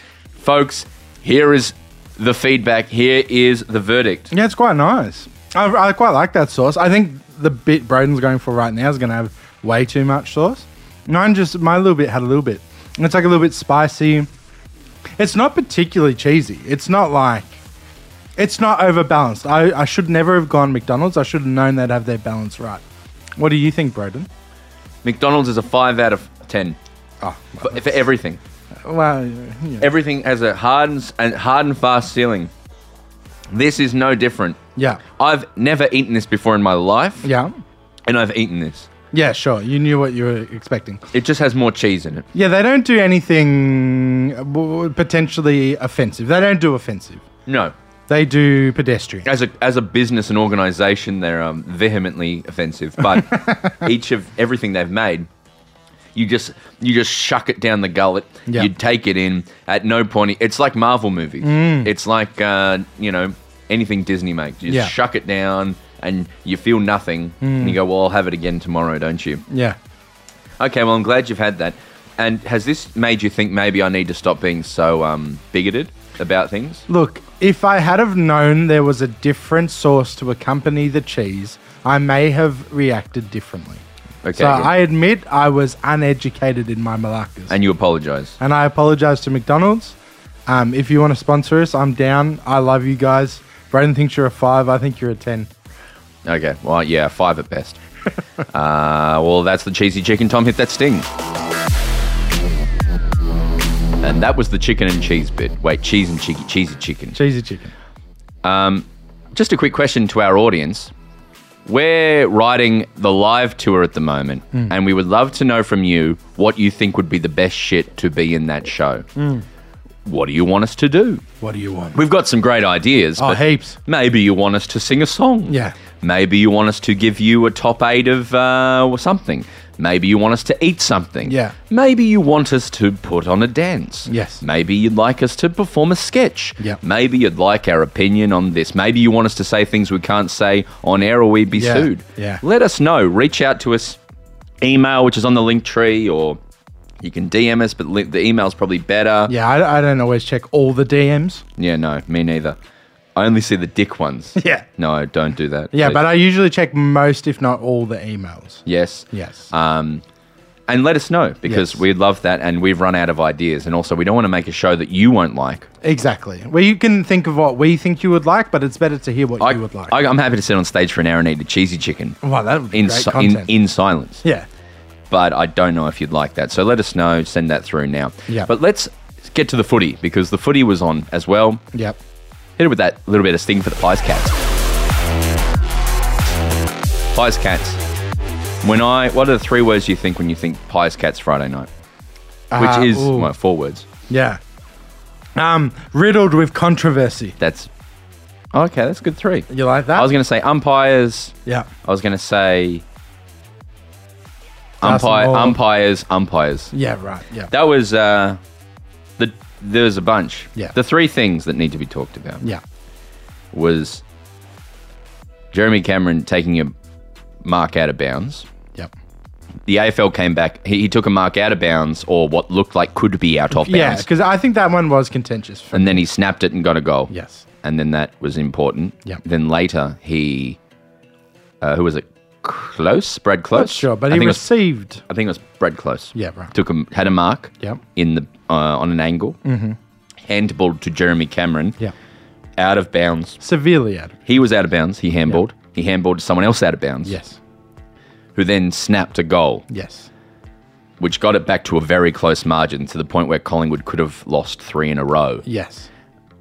Speaker 2: folks. Here is the feedback. Here is the verdict.
Speaker 3: Yeah, it's quite nice. I, I quite like that sauce. I think the bit Broden's going for right now is going to have way too much sauce. Mine just, my little bit had a little bit. And It's like a little bit spicy. It's not particularly cheesy. It's not like, it's not overbalanced. I, I should never have gone McDonald's. I should have known they'd have their balance right. What do you think, Broden?
Speaker 2: McDonald's is a five out of ten.
Speaker 3: Oh,
Speaker 2: But for everything,
Speaker 3: well, yeah.
Speaker 2: everything has a hard and, s- and hard and fast ceiling. This is no different.
Speaker 3: yeah,
Speaker 2: I've never eaten this before in my life,
Speaker 3: yeah,
Speaker 2: and I've eaten this.
Speaker 3: yeah. Sure, you knew what you were expecting.
Speaker 2: It just has more cheese in it.
Speaker 3: Yeah, they don't do anything uh, w- w- potentially offensive. They don't do offensive.
Speaker 2: No,
Speaker 3: They do pedestrian.
Speaker 2: as a as a business and organisation, they're um, vehemently offensive.
Speaker 3: <laughs>
Speaker 2: But each of everything they've made, you just you just shuck it down the gullet.
Speaker 3: Yeah.
Speaker 2: You take it in. At no point, it's like Marvel movies.
Speaker 3: Mm.
Speaker 2: It's like uh, you know anything Disney makes. You just
Speaker 3: Yeah. Mm.
Speaker 2: shuck it down, and you feel nothing. And you go, "Well, I'll have it again tomorrow," don't you?
Speaker 3: Yeah.
Speaker 2: Okay, well, I'm glad you've had that. And has this made you think maybe I need to stop being so um, bigoted about things?
Speaker 3: Look, if I had have known there was a different sauce to accompany the cheese, I may have reacted differently.
Speaker 2: Okay,
Speaker 3: So
Speaker 2: good.
Speaker 3: I admit I was uneducated in my malacca's.
Speaker 2: and you apologise.
Speaker 3: and I apologize to McDonald's. Um, if you want to sponsor us, I'm down. I love you guys. Braden thinks you're a five. I think you're a ten.
Speaker 2: Okay. Well, yeah, five at best. uh, well, that's the cheesy chicken. Tom hit that sting. And that was the chicken and cheese bit. Wait, cheese and cheeky, cheesy chicken.
Speaker 3: Cheesy chicken.
Speaker 2: Just a quick question to our audience. We're riding the live tour at the moment, and we would love to know from you what you think would be the best shit to be in that show. What do you want us to do?
Speaker 3: What do you want?
Speaker 2: We've got some great ideas.
Speaker 3: Oh,
Speaker 2: but
Speaker 3: heaps.
Speaker 2: Maybe you want us to sing a song.
Speaker 3: Yeah.
Speaker 2: Maybe you want us to give you a top eight of uh, or something. Maybe you want us to eat something.
Speaker 3: Yeah.
Speaker 2: Maybe you want us to put on a dance.
Speaker 3: Yes.
Speaker 2: Maybe you'd like us to perform a sketch.
Speaker 3: Yeah.
Speaker 2: Maybe you'd like our opinion on this. Maybe you want us to say things we can't say on air or we'd be
Speaker 3: Yeah.
Speaker 2: sued.
Speaker 3: Yeah.
Speaker 2: Let us know. Reach out to us. Email, which is on the link tree, or you can DM us, but li- the email's probably better.
Speaker 3: Yeah, I, I don't always check all the DMs.
Speaker 2: Yeah, no, me neither. I only see the dick ones.
Speaker 3: <laughs> Yeah.
Speaker 2: No, don't do that.
Speaker 3: Yeah,
Speaker 2: They-
Speaker 3: but I usually check most, if not all, the emails.
Speaker 2: yes.
Speaker 3: Yes.
Speaker 2: Um, and let us know because
Speaker 3: Yes.
Speaker 2: we love that, and we've run out of ideas, and also we don't want to make a show that you won't like.
Speaker 3: exactly. Well, you can think of what we think you would like, but it's better to hear what
Speaker 2: I
Speaker 3: you would like.
Speaker 2: I, am happy to sit on stage for an hour and eat a cheesy chicken
Speaker 3: wow, that would be
Speaker 2: in
Speaker 3: great
Speaker 2: si- in,
Speaker 3: content.
Speaker 2: in silence.
Speaker 3: yeah.
Speaker 2: But I don't know if you'd like that, so let us know. Send that through now.
Speaker 3: Yeah.
Speaker 2: But let's get to the footy because the footy was on as well.
Speaker 3: Yep.
Speaker 2: Hit it with that little bit of sting for the Pies Cats. Pies Cats. When I, what are the three words you think when you think Pies Cats Friday night? Which
Speaker 3: Ah,
Speaker 2: is,
Speaker 3: ooh.
Speaker 2: well, four words.
Speaker 3: Yeah. Um, riddled with controversy.
Speaker 2: That's, okay, that's a good three.
Speaker 3: You like that?
Speaker 2: I was going to say umpires.
Speaker 3: yeah.
Speaker 2: I was going to say
Speaker 3: Darcy
Speaker 2: umpire,
Speaker 3: Moore.
Speaker 2: umpires, umpires.
Speaker 3: Yeah. Right. Yeah.
Speaker 2: That was, uh, the, there was a bunch.
Speaker 3: Yeah.
Speaker 2: The three things that need to be talked about.
Speaker 3: yeah.
Speaker 2: was Jeremy Cameron taking a mark out of bounds.
Speaker 3: Yep.
Speaker 2: The AFL came back. He, he took a mark out of bounds, or what looked like could be out of
Speaker 3: Yeah,
Speaker 2: bounds,
Speaker 3: because I think that one was contentious. For
Speaker 2: and then he snapped it and got a goal.
Speaker 3: Yes.
Speaker 2: and then that was important.
Speaker 3: Yeah.
Speaker 2: Then later he, uh, who was it? Close, Brad Close.
Speaker 3: Not sure, but
Speaker 2: I
Speaker 3: he
Speaker 2: think it was,
Speaker 3: received.
Speaker 2: I think it was Brad Close.
Speaker 3: Yeah, right.
Speaker 2: Took him had a mark.
Speaker 3: Yeah.
Speaker 2: in the uh, on an angle, mm-hmm. handballed to Jeremy Cameron.
Speaker 3: yeah.
Speaker 2: out of bounds.
Speaker 3: Severely out. of-
Speaker 2: He was out of bounds. He handballed. He handballed someone else out of bounds.
Speaker 3: Yes.
Speaker 2: Who then snapped a goal,
Speaker 3: Yes.
Speaker 2: which got it back to a very close margin to the point where Collingwood could have lost three in a row,
Speaker 3: Yes.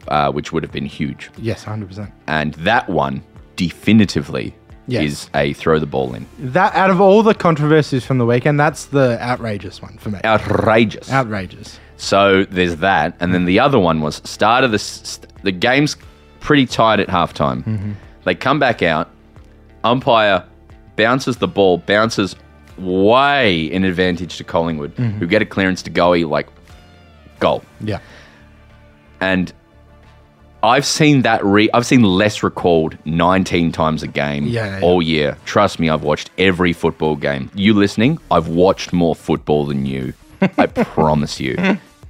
Speaker 2: uh, which would have been huge.
Speaker 3: Yes. Hundred percent.
Speaker 2: And that one definitively
Speaker 3: Yes.
Speaker 2: is a throw the ball in.
Speaker 3: That out of all the controversies from the weekend, that's the outrageous one for me.
Speaker 2: Outrageous.
Speaker 3: outrageous.
Speaker 2: so there's that. And then the other one was start of the, s- the game's pretty tight at halftime. They come back out. umpire bounces the ball, bounces way in advantage to Collingwood, who get a clearance to Goey, like, goal.
Speaker 3: Yeah.
Speaker 2: And I've seen that re- I've seen less recalled 19 times a game
Speaker 3: Yeah, yeah.
Speaker 2: all year. Trust me, I've watched every football game. You listening, I've watched more football than you. I promise you.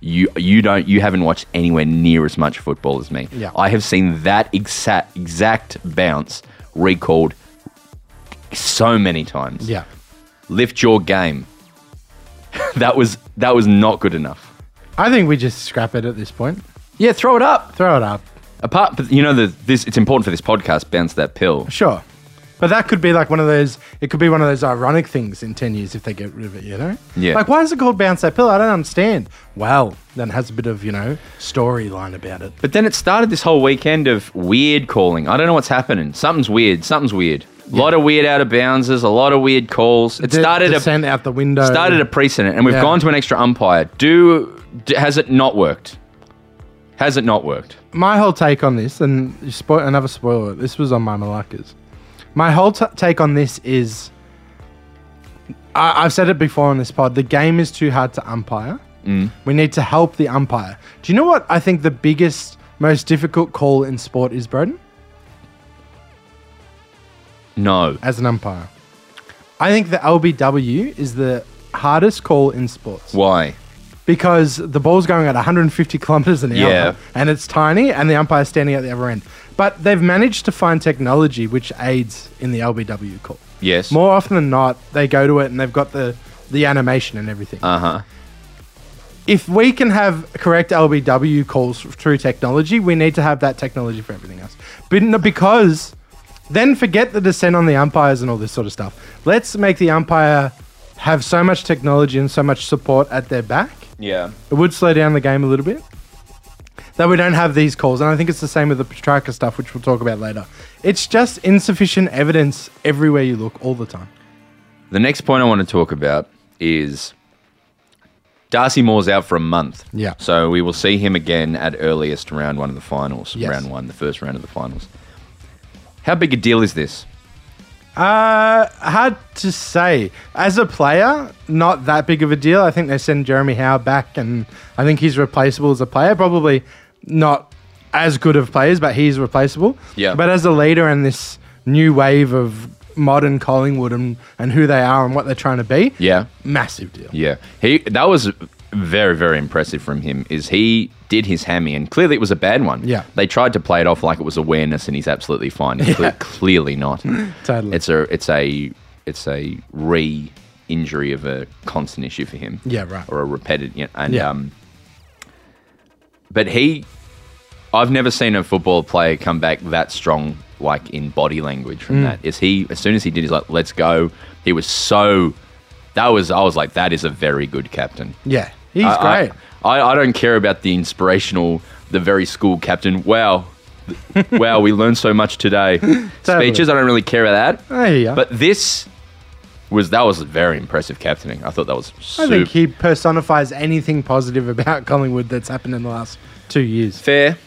Speaker 2: You you don't you haven't watched anywhere near as much football as me.
Speaker 3: Yeah.
Speaker 2: I have seen that exact exact bounce recalled so many times
Speaker 3: Yeah.
Speaker 2: lift your game. <laughs> that was that was not good enough.
Speaker 3: I think we just scrap it at this point.
Speaker 2: Yeah, throw it up.
Speaker 3: Throw it up.
Speaker 2: Apart, but you know, the, this it's important for this podcast. Bounce that pill.
Speaker 3: Sure. But that could be like one of those. It could be one of those ironic things in ten years if they get rid of it. You know?
Speaker 2: Yeah.
Speaker 3: Like why is it called bounce that pillow? I don't understand. Well, then it has a bit of you know storyline about it.
Speaker 2: But then it started this whole weekend of weird calling. I don't know what's happening. Something's weird. Something's weird. A lot of weird out of bounces, a lot of weird calls. It
Speaker 3: De-
Speaker 2: started a
Speaker 3: descent out the window.
Speaker 2: started a precedent, and we've
Speaker 3: Yeah.
Speaker 2: gone to an extra umpire. Do, d has it not worked? Has it not worked?
Speaker 3: my whole take on this, and you spo- another spoiler, this was on my Malakas. My whole t- take on this is I- I've said it before on this pod the game is too hard to umpire.
Speaker 2: Mm.
Speaker 3: We need to help the umpire. Do you know what I think the biggest, most difficult call in sport is, Broden?
Speaker 2: No.
Speaker 3: As an umpire. I think the LBW is the hardest call in sports.
Speaker 2: Why?
Speaker 3: because the ball's going at 150 kilometers an hour
Speaker 2: Yeah.
Speaker 3: and it's tiny and the umpire's standing at the other end. But they've managed to find technology which aids in the LBW call.
Speaker 2: Yes.
Speaker 3: More often than not, they go to it and they've got the, the animation and everything.
Speaker 2: Uh huh.
Speaker 3: if we can have correct LBW calls through technology, we need to have that technology for everything else. But n- because then forget the descent on the umpires and all this sort of stuff. Let's make the umpire have so much technology and so much support at their back
Speaker 2: Yeah.
Speaker 3: it would slow down the game a little bit. That we don't have these calls, and I think it's the same with the Petrarca stuff, which we'll talk about later. It's just insufficient evidence everywhere you look, all the time.
Speaker 2: The next point I want to talk about is Darcy Moore's out for a month.
Speaker 3: Yeah.
Speaker 2: So we will see him again at earliest round one of the finals.
Speaker 3: Yes.
Speaker 2: Round one, the first round of the finals. How big a deal is this?
Speaker 3: Uh, hard to say. As a player, not that big of a deal. I think they send Jeremy Howe back, and I think he's replaceable as a player. Probably not as good of players, but he's replaceable.
Speaker 2: Yeah.
Speaker 3: But as a leader and this new wave of modern Collingwood and, and who they are and what they're trying to be,
Speaker 2: Yeah.
Speaker 3: massive deal.
Speaker 2: Yeah. He that was very, very impressive from him is he did his hammy and clearly it was a bad one.
Speaker 3: Yeah.
Speaker 2: They tried to play it off like it was awareness and he's absolutely fine. It's cle- clearly
Speaker 3: <laughs>
Speaker 2: not.
Speaker 3: Totally.
Speaker 2: It's a it's a it's a re injury of a constant issue for him.
Speaker 3: Yeah, right.
Speaker 2: Or a repetitive you know, and
Speaker 3: Yeah.
Speaker 2: um but he I've never seen a football player come back that strong like in body language
Speaker 3: Hmm.
Speaker 2: from that. Is he as soon as he did he's like, let's go. He was so that was I was like, that is a very good captain.
Speaker 3: Yeah, he's
Speaker 2: I-
Speaker 3: great.
Speaker 2: I, I, I don't care about the inspirational, the very school captain. Wow. wow, we learned so much today.
Speaker 3: <laughs>
Speaker 2: Speeches, I don't really care about that.
Speaker 3: I hear ya.
Speaker 2: But this was that was very impressive captaining. I thought that was
Speaker 3: I
Speaker 2: super
Speaker 3: think he personifies anything positive about Collingwood that's happened in the last two years.
Speaker 2: fair.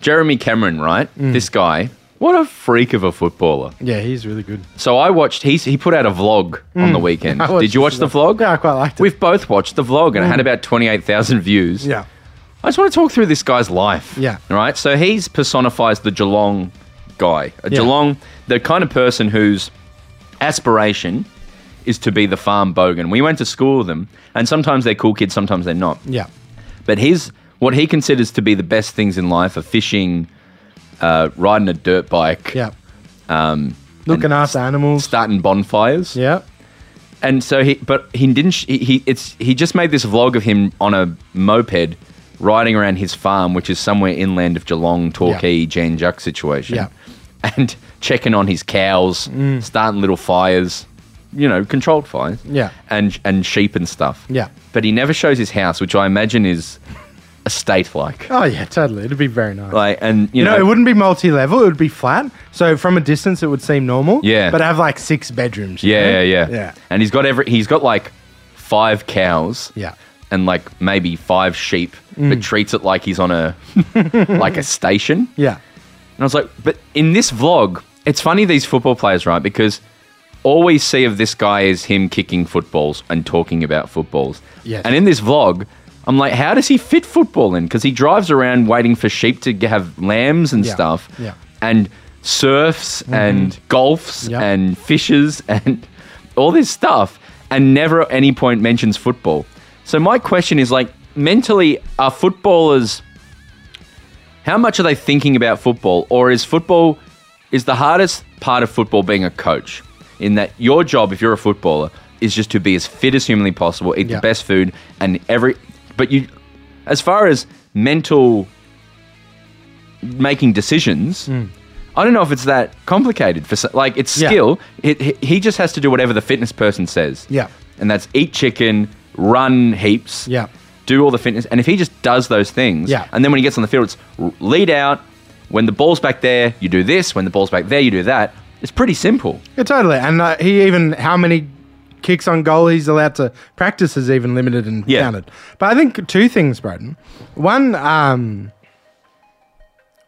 Speaker 2: Jeremy Cameron, right?
Speaker 3: Mm.
Speaker 2: This guy, what a freak of a footballer.
Speaker 3: Yeah, he's really good. <laughs>
Speaker 2: So I watched. He's he put out a vlog on the weekend.
Speaker 3: Mm. I watched
Speaker 2: Did you watch the
Speaker 3: the
Speaker 2: vlog?
Speaker 3: Yeah, I quite liked it.
Speaker 2: We've both watched the vlog, and it had about twenty eight thousand views.
Speaker 3: Yeah,
Speaker 2: I just want to talk through this guy's life.
Speaker 3: Yeah.
Speaker 2: Right? So he's personifies the Geelong guy. A
Speaker 3: Yeah.
Speaker 2: Geelong, the kind of person whose aspiration is to be the farm bogan. We went to school with them, and sometimes they're cool kids, sometimes they're not.
Speaker 3: yeah,
Speaker 2: But his what he considers to be the best things in life are fishing, uh, riding a dirt bike,
Speaker 3: yeah. Um, Looking after animals.
Speaker 2: starting bonfires.
Speaker 3: yeah,
Speaker 2: and so he but he didn't sh- he, he it's he just made this vlog of him on a moped riding around his farm which is somewhere inland of Geelong Torquay Jan Janjuk situation
Speaker 3: Yeah.
Speaker 2: <laughs>
Speaker 3: Mm.
Speaker 2: and checking on his cows starting little fires you know controlled fires
Speaker 3: Yeah.
Speaker 2: and and sheep and stuff
Speaker 3: Yeah.
Speaker 2: but he never shows his house which I imagine is estate
Speaker 3: <laughs>
Speaker 2: like
Speaker 3: Oh yeah, totally. It'd be very nice.
Speaker 2: like and you,
Speaker 3: you
Speaker 2: know,
Speaker 3: know, it wouldn't be multi-level. It would be flat. So from a distance, it would seem normal.
Speaker 2: Yeah.
Speaker 3: but have like six bedrooms. you know?
Speaker 2: yeah, yeah yeah
Speaker 3: eh? yeah,
Speaker 2: and he's got every he's got like five cows
Speaker 3: yeah.
Speaker 2: and like maybe five sheep, but treats it like he's on a <laughs> like a station. And
Speaker 3: Yeah.
Speaker 2: I was like, but in this vlog, it's funny these football players, right? Because all we see of this guy is him kicking footballs and talking about footballs.
Speaker 3: Yes.
Speaker 2: And in this vlog, I'm like, how does he fit football in? Because he drives around waiting for sheep to g- have lambs and
Speaker 3: Yeah.
Speaker 2: stuff,
Speaker 3: Yeah. Mm-hmm.
Speaker 2: and surfs and golfs
Speaker 3: Yeah.
Speaker 2: and fishes <laughs> and all this stuff, and never at any point mentions football. So my question is like, mentally, are footballers? How much are they thinking about football, or is football is the hardest part of football being a coach? In that your job, if you're a footballer, is just to be as fit as humanly possible, eat
Speaker 3: Yeah.
Speaker 2: the best food, and every. But you, as far as mental making decisions, I don't know if it's that complicated. For s- like, it's
Speaker 3: Hmm. Yeah.
Speaker 2: skill. It, he- he just has to do whatever the fitness person says.
Speaker 3: Yeah.
Speaker 2: and that's eat chicken, run heaps.
Speaker 3: Yeah.
Speaker 2: do all the fitness. And if he just does those things,
Speaker 3: Yeah.
Speaker 2: and then when he gets on the field, it's r- lead out. When the ball's back there, you do this. When the ball's back there, you do that. It's pretty simple.
Speaker 3: Yeah, totally. And uh, he even how many kicks on goal he's allowed to practice is even limited and
Speaker 2: Yeah.
Speaker 3: counted. But I think two things, Braden. One, um,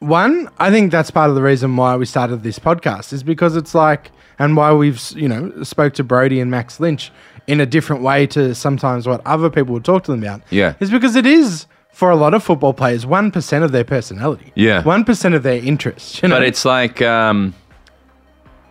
Speaker 3: one, I think that's part of the reason why we started this podcast is because it's like, and why we've you know spoke to Brody and Max Lynch in a different way to sometimes what other people would talk to them about.
Speaker 2: Yeah.
Speaker 3: is because it is. For a lot of football players, one percent of their personality,
Speaker 2: Yeah.
Speaker 3: one percent of their interest. You know?
Speaker 2: But it's like um,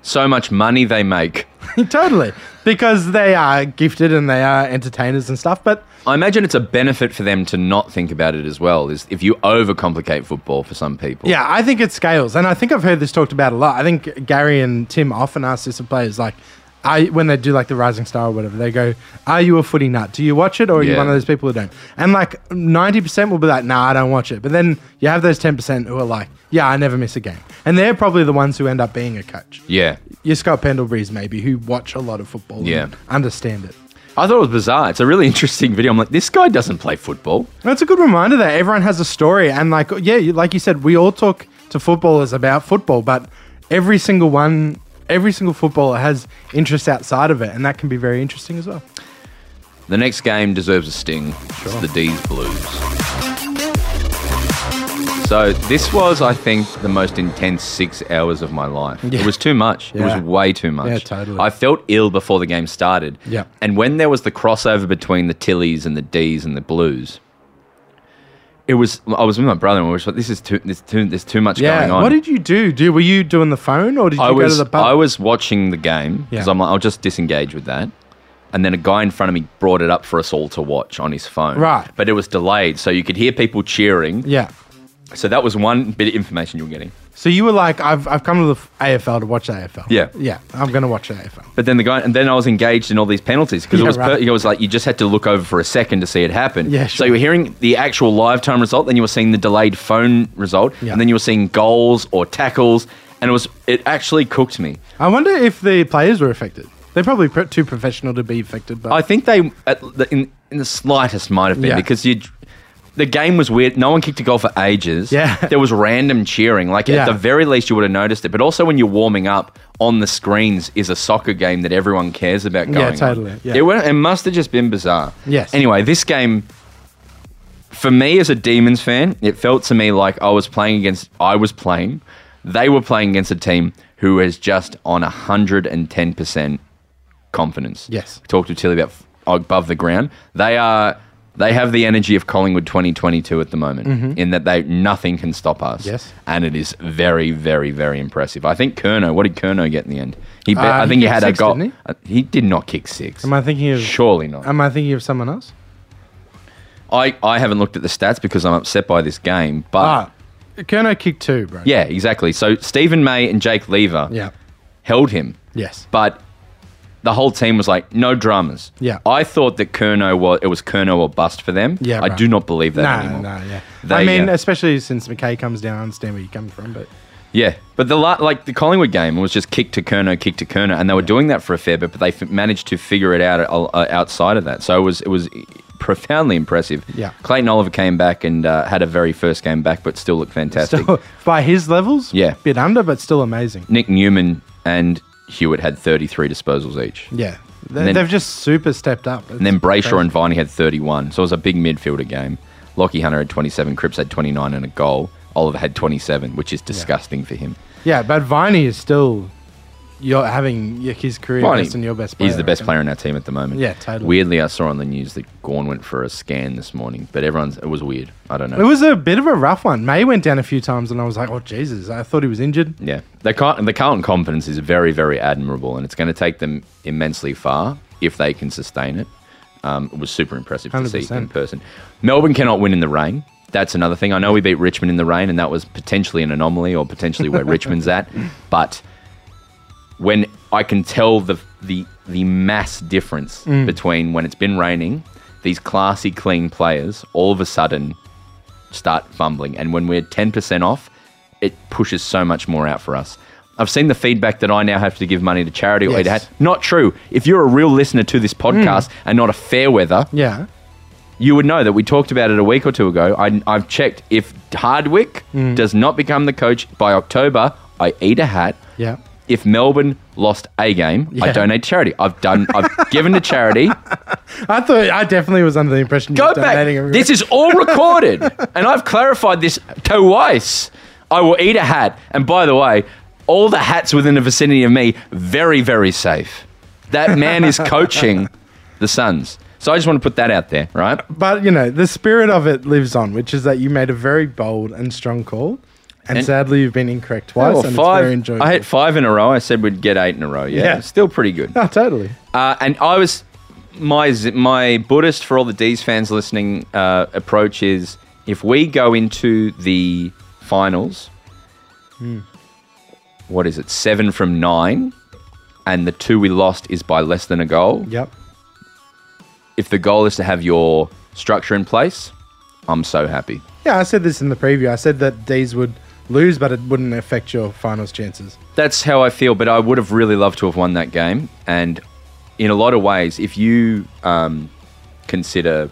Speaker 2: so much money they make.
Speaker 3: <laughs> totally because they are gifted and they are entertainers and stuff but
Speaker 2: I imagine it's a benefit for them to not think about it as well. Is if you overcomplicate football for some people.
Speaker 3: yeah i think it scales and i think i've heard this talked about a lot i think gary and tim often ask this of players like I, when they do like the Rising Star or whatever, they go, "Are you a footy nut? Do you watch it, or are you
Speaker 2: Yeah.
Speaker 3: one of those people who don't?" And like ninety percent will be like, "Nah, I don't watch it." But then you have those ten percent who are like, "Yeah, I never miss a game," and they're probably the ones who end up being a coach.
Speaker 2: Yeah.
Speaker 3: Your Scott Pendlebury's maybe who watch a lot of football, and
Speaker 2: Yeah.
Speaker 3: understand it.
Speaker 2: I thought it was bizarre. It's a really <laughs> interesting video. I'm like, this guy doesn't play football.
Speaker 3: That's a good reminder that everyone has a story, and like yeah, you- like you said, we all talk to footballers about football, but every single one, every single footballer has interests outside of it, and that can be very interesting as well.
Speaker 2: The next game deserves a sting. It's the D's Blues. So this was, I think, the most intense six hours of my life. It was too much. It
Speaker 3: Yeah.
Speaker 2: was way too much.
Speaker 3: Yeah, totally.
Speaker 2: I felt ill before the game started.
Speaker 3: Yeah.
Speaker 2: And when there was the crossover between the Tillies and the D's and the Blues, it was. I was with my brother, and we were just like, "This is too. There's too. There's too much
Speaker 3: Yeah,
Speaker 2: going on."
Speaker 3: what did you do? Do were you doing the phone or did you
Speaker 2: I was
Speaker 3: go to the pub?
Speaker 2: I was watching the game because
Speaker 3: Yeah.
Speaker 2: I'm like I'll just disengage with that, and then a guy in front of me brought it up for us all to watch on his phone.
Speaker 3: Right.
Speaker 2: but it was delayed, so you could hear people cheering.
Speaker 3: yeah.
Speaker 2: So that was one bit of information you were getting.
Speaker 3: So you were like, I've, I've come to the f- AFL to watch the AFL.
Speaker 2: Yeah.
Speaker 3: yeah, I'm gonna watch the AFL.
Speaker 2: But then the guy, and then I was engaged in all these penalties because
Speaker 3: Yeah,
Speaker 2: it was
Speaker 3: right.
Speaker 2: per, it was like you just had to look over for a second to see it happen.
Speaker 3: Yeah,
Speaker 2: So
Speaker 3: sure.
Speaker 2: you were hearing the actual live time result, then you were seeing the delayed phone result,
Speaker 3: Yeah.
Speaker 2: and then you were seeing goals or tackles, and it was it actually cooked me.
Speaker 3: I wonder if the players were affected. They're probably pr- too professional to be affected, but
Speaker 2: I think they, at the, in, in the slightest, might have been
Speaker 3: Yeah.
Speaker 2: because you. The game was weird. No one kicked a goal for ages.
Speaker 3: Yeah.
Speaker 2: <laughs> There was random cheering. Like,
Speaker 3: Yeah.
Speaker 2: at the very least, you would have noticed it. But also, when you're warming up on the screens, is a soccer game that everyone cares about going
Speaker 3: Yeah,
Speaker 2: on.
Speaker 3: totally. Yeah.
Speaker 2: It, wa- it must have just been bizarre.
Speaker 3: Yes.
Speaker 2: Anyway, this game, for me as a Demons fan, it felt to me like I was playing against, I was playing, they were playing against a team who is just on 110% confidence.
Speaker 3: Yes.
Speaker 2: We talked to Tilly about f- above the ground. They are they have the energy of Collingwood 2022 at the moment in that they nothing can stop us.
Speaker 3: Mm-hmm. Yes.
Speaker 2: And it is very very very impressive. I think Kerno, what did Kerno get in the end? He bet,
Speaker 3: Uh,
Speaker 2: I
Speaker 3: he
Speaker 2: think he
Speaker 3: kicked
Speaker 2: had
Speaker 3: six,
Speaker 2: a goal.
Speaker 3: didn't he?
Speaker 2: Uh, he did not kick 6.
Speaker 3: am I thinking of?
Speaker 2: Surely not.
Speaker 3: Am I thinking of someone else?
Speaker 2: I, I haven't looked at the stats because I'm upset by this game, but
Speaker 3: Ah, Kerno kicked two, bro.
Speaker 2: Uh, yeah, exactly. So Stephen May and Jake Lever
Speaker 3: yeah,
Speaker 2: held him.
Speaker 3: yes.
Speaker 2: but the whole team was like, no dramas.
Speaker 3: Yeah.
Speaker 2: I thought that Kerno was it was Kerno or bust for them.
Speaker 3: Yeah,
Speaker 2: I
Speaker 3: right.
Speaker 2: do not believe that
Speaker 3: No,
Speaker 2: anymore.
Speaker 3: no, yeah.
Speaker 2: They,
Speaker 3: I mean,
Speaker 2: uh,
Speaker 3: especially since McKay comes down, I understand where you're coming from, but
Speaker 2: Yeah, but the la- like the Collingwood game was just kick to Kerno, kick to Kerno, and they were doing that for a fair bit, but they f- managed to figure it out uh, uh, outside of that. So it was it was profoundly impressive.
Speaker 3: Yeah.
Speaker 2: Clayton Oliver came back and uh, had a very first game back, but still looked fantastic.
Speaker 3: still, <laughs> by his levels,
Speaker 2: Yeah.
Speaker 3: bit under, but still amazing.
Speaker 2: Nick Newman and Hewitt had 33 disposals each.
Speaker 3: Yeah, they,
Speaker 2: And then-
Speaker 3: they've just super stepped up.
Speaker 2: And then Brayshaw and Viney had 31. So it was a big midfielder game. Lockie Hunter had 27. Cripps had 29 and a goal. Oliver had 27, which is disgusting for him.
Speaker 3: yeah, but Viney is still you're having yeah, his career
Speaker 2: Viney,
Speaker 3: best and your best. Player,
Speaker 2: he's the best
Speaker 3: I reckon.
Speaker 2: player in our team at the moment.
Speaker 3: Yeah, totally.
Speaker 2: Weirdly, I saw on the news that Gorn went for a scan this morning, but everyone's it was weird. I don't know.
Speaker 3: It was a bit of a rough one. May went down a few times, and I was like, "Oh Jesus!" I thought he was injured.
Speaker 2: yeah, the Carlton, the Carlton confidence is very, very admirable, and it's going to take them immensely far if they can sustain it. Um, it was super impressive to see
Speaker 3: 100%.
Speaker 2: in person. Melbourne cannot win in the rain. That's another thing. I know we beat Richmond in the rain, and that was potentially an anomaly or potentially where Richmond's at. But when I can tell the the the mass difference between when it's been raining, these classy, clean players all of a sudden start fumbling, and when we're ten percent off, it pushes so much more out for us. I've seen the feedback that I now have to give money to charity or
Speaker 3: Yes.
Speaker 2: aid hat. Not true. If you're a real listener to this podcast and not a fair weather,
Speaker 3: Yeah.
Speaker 2: you would know that we talked about it a week or two ago. I, I've checked if Hardwick
Speaker 3: Mm.
Speaker 2: does not become the coach by October, I eat a hat.
Speaker 3: Yeah.
Speaker 2: If Melbourne lost a game, I
Speaker 3: Yeah.
Speaker 2: donate to charity. I've done.
Speaker 3: <laughs>
Speaker 2: I've given to charity.
Speaker 3: I thought I definitely was under the impression you
Speaker 2: Go
Speaker 3: were
Speaker 2: back.
Speaker 3: donating every
Speaker 2: This is all
Speaker 3: <laughs>
Speaker 2: recorded, and I've clarified this twice. I will eat a hat, and by the way, all the hats within the vicinity of me very, very safe. That man
Speaker 3: <laughs>
Speaker 2: is coaching the Suns. So I just want to put that out there, right?
Speaker 3: But you know, the spirit of it lives on, which is that you made a very bold and strong call, and,
Speaker 2: And-
Speaker 3: sadly you've been incorrect twice,
Speaker 2: Oh,
Speaker 3: and
Speaker 2: five-
Speaker 3: it's very enjoyable.
Speaker 2: I
Speaker 3: <laughs>
Speaker 2: hit five in a row. I said we'd get eight in a row. Yeah,
Speaker 3: Yeah.
Speaker 2: still pretty good.
Speaker 3: <laughs> oh, totally.
Speaker 2: Uh, and I was my z- my Buddhist for all the D's fans listening uh, approach is if we go into the finals,
Speaker 3: Hmm.
Speaker 2: what is it? Seven from nine, and the two we lost is by less than a goal.
Speaker 3: Yep.
Speaker 2: If the goal is to have your structure in place, I'm so happy.
Speaker 3: Yeah, I said this in the preview. I said that D's would lose, but it wouldn't affect your
Speaker 2: <laughs>
Speaker 3: finals chances.
Speaker 2: that's how I feel. But I would have really loved to have won that game. And in a lot of ways, if you um, consider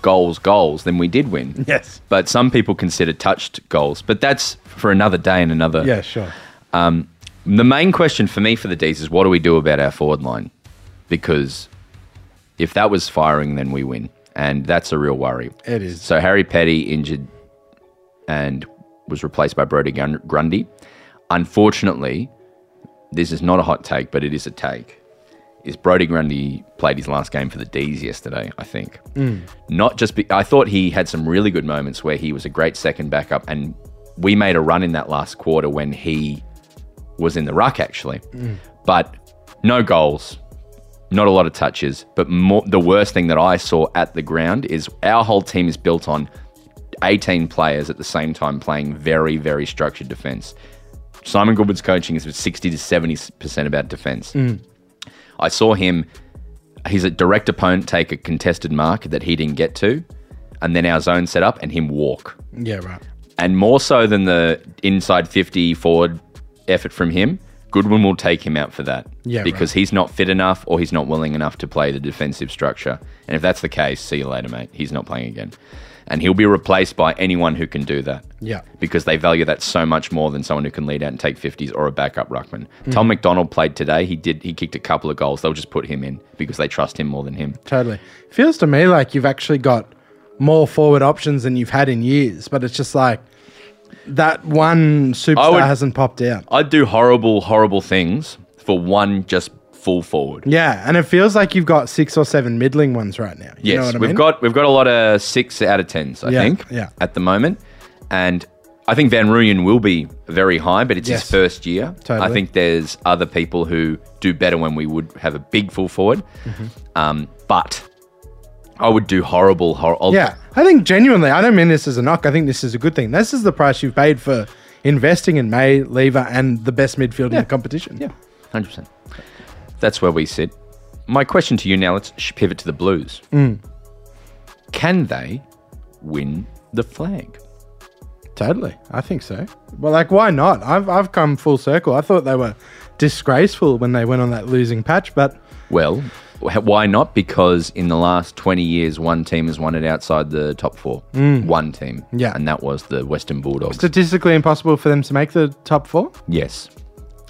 Speaker 2: goals goals, then we did win.
Speaker 3: Yes.
Speaker 2: But some people consider touched goals. But that's for another day and another.
Speaker 3: Yeah, sure.
Speaker 2: The main question for me for the D's is what do we do about our forward line? Because if that was firing, then we win. And that's a real worry.
Speaker 3: It is.
Speaker 2: So Harry Petty injured and was replaced by Brody Gun- Grundy. Unfortunately, this is not a hot take, but it is a take. Is Brody Grundy played his last game for the D's yesterday? I think
Speaker 3: Mm.
Speaker 2: not just. Be- I thought he had some really good moments where he was a great second backup, and we made a run in that last quarter when he was in the ruck actually, but no goals not a lot of touches, but more, the worst thing that I saw at the ground is our whole team is built on 18 players at the same time playing very, very structured defense. Simon Goodwood's coaching is 60 to 70% about defense. I saw him, his direct opponent take a contested mark that he didn't get to, and then our zone set up and him walk
Speaker 3: Yeah, right.
Speaker 2: and more so than the inside 50 forward effort from him, Goodwin will take him out for that.
Speaker 3: Yeah,
Speaker 2: Because he's not fit enough or he's not willing enough to play the defensive structure. And if that's the case, see you later, mate. He's not playing again. And he'll be replaced by anyone who can do that.
Speaker 3: Yeah.
Speaker 2: Because they value that so much more than someone who can lead out and take 50s or a backup ruckman.
Speaker 3: Mm.
Speaker 2: Tom McDonald played today. He did he kicked a couple of goals. They'll just put him in because they trust him more than him.
Speaker 3: Totally. Feels to me like you've actually got more forward options than you've had in years, but it's just like that one
Speaker 2: I
Speaker 3: superstar
Speaker 2: would-
Speaker 3: hasn't popped out.
Speaker 2: I'd do horrible, horrible things for one just full forward.
Speaker 3: Yeah, and it feels like you've got six or seven middling ones right now. You
Speaker 2: Yes,
Speaker 3: know what I
Speaker 2: we've
Speaker 3: mean?
Speaker 2: got we've got a lot of six out of tens, I
Speaker 3: Yeah,
Speaker 2: think,
Speaker 3: yeah.
Speaker 2: at the moment, and I think Van Rooyen will be very high, but it's
Speaker 3: Yes.
Speaker 2: his first year.
Speaker 3: Totally.
Speaker 2: I think there's other people who do better when we would have a big full forward,
Speaker 3: Mm-hmm.
Speaker 2: um, but I would do horrible, horrible.
Speaker 3: Yeah, I think genuinely, I don't mean this as a knock. I think this is a good thing. This is the price you've paid for investing in May, Lever, and the best midfield in the competition.
Speaker 2: yeah, hundred percent. That's where we sit. My question to you now: Let's sh- pivot to the Blues.
Speaker 3: Mm.
Speaker 2: Can they win the flag?
Speaker 3: totally. I think so. Well, like, why not? I've, I've come full circle. I thought they were disgraceful when they went on that losing patch, but
Speaker 2: Well, wh- why not? Because in the last 20 years, one team has won it outside the top four. One team.
Speaker 3: Mm. Yeah.
Speaker 2: And that was the Western Bulldogs.
Speaker 3: statistically impossible for them to make the top four.
Speaker 2: yes.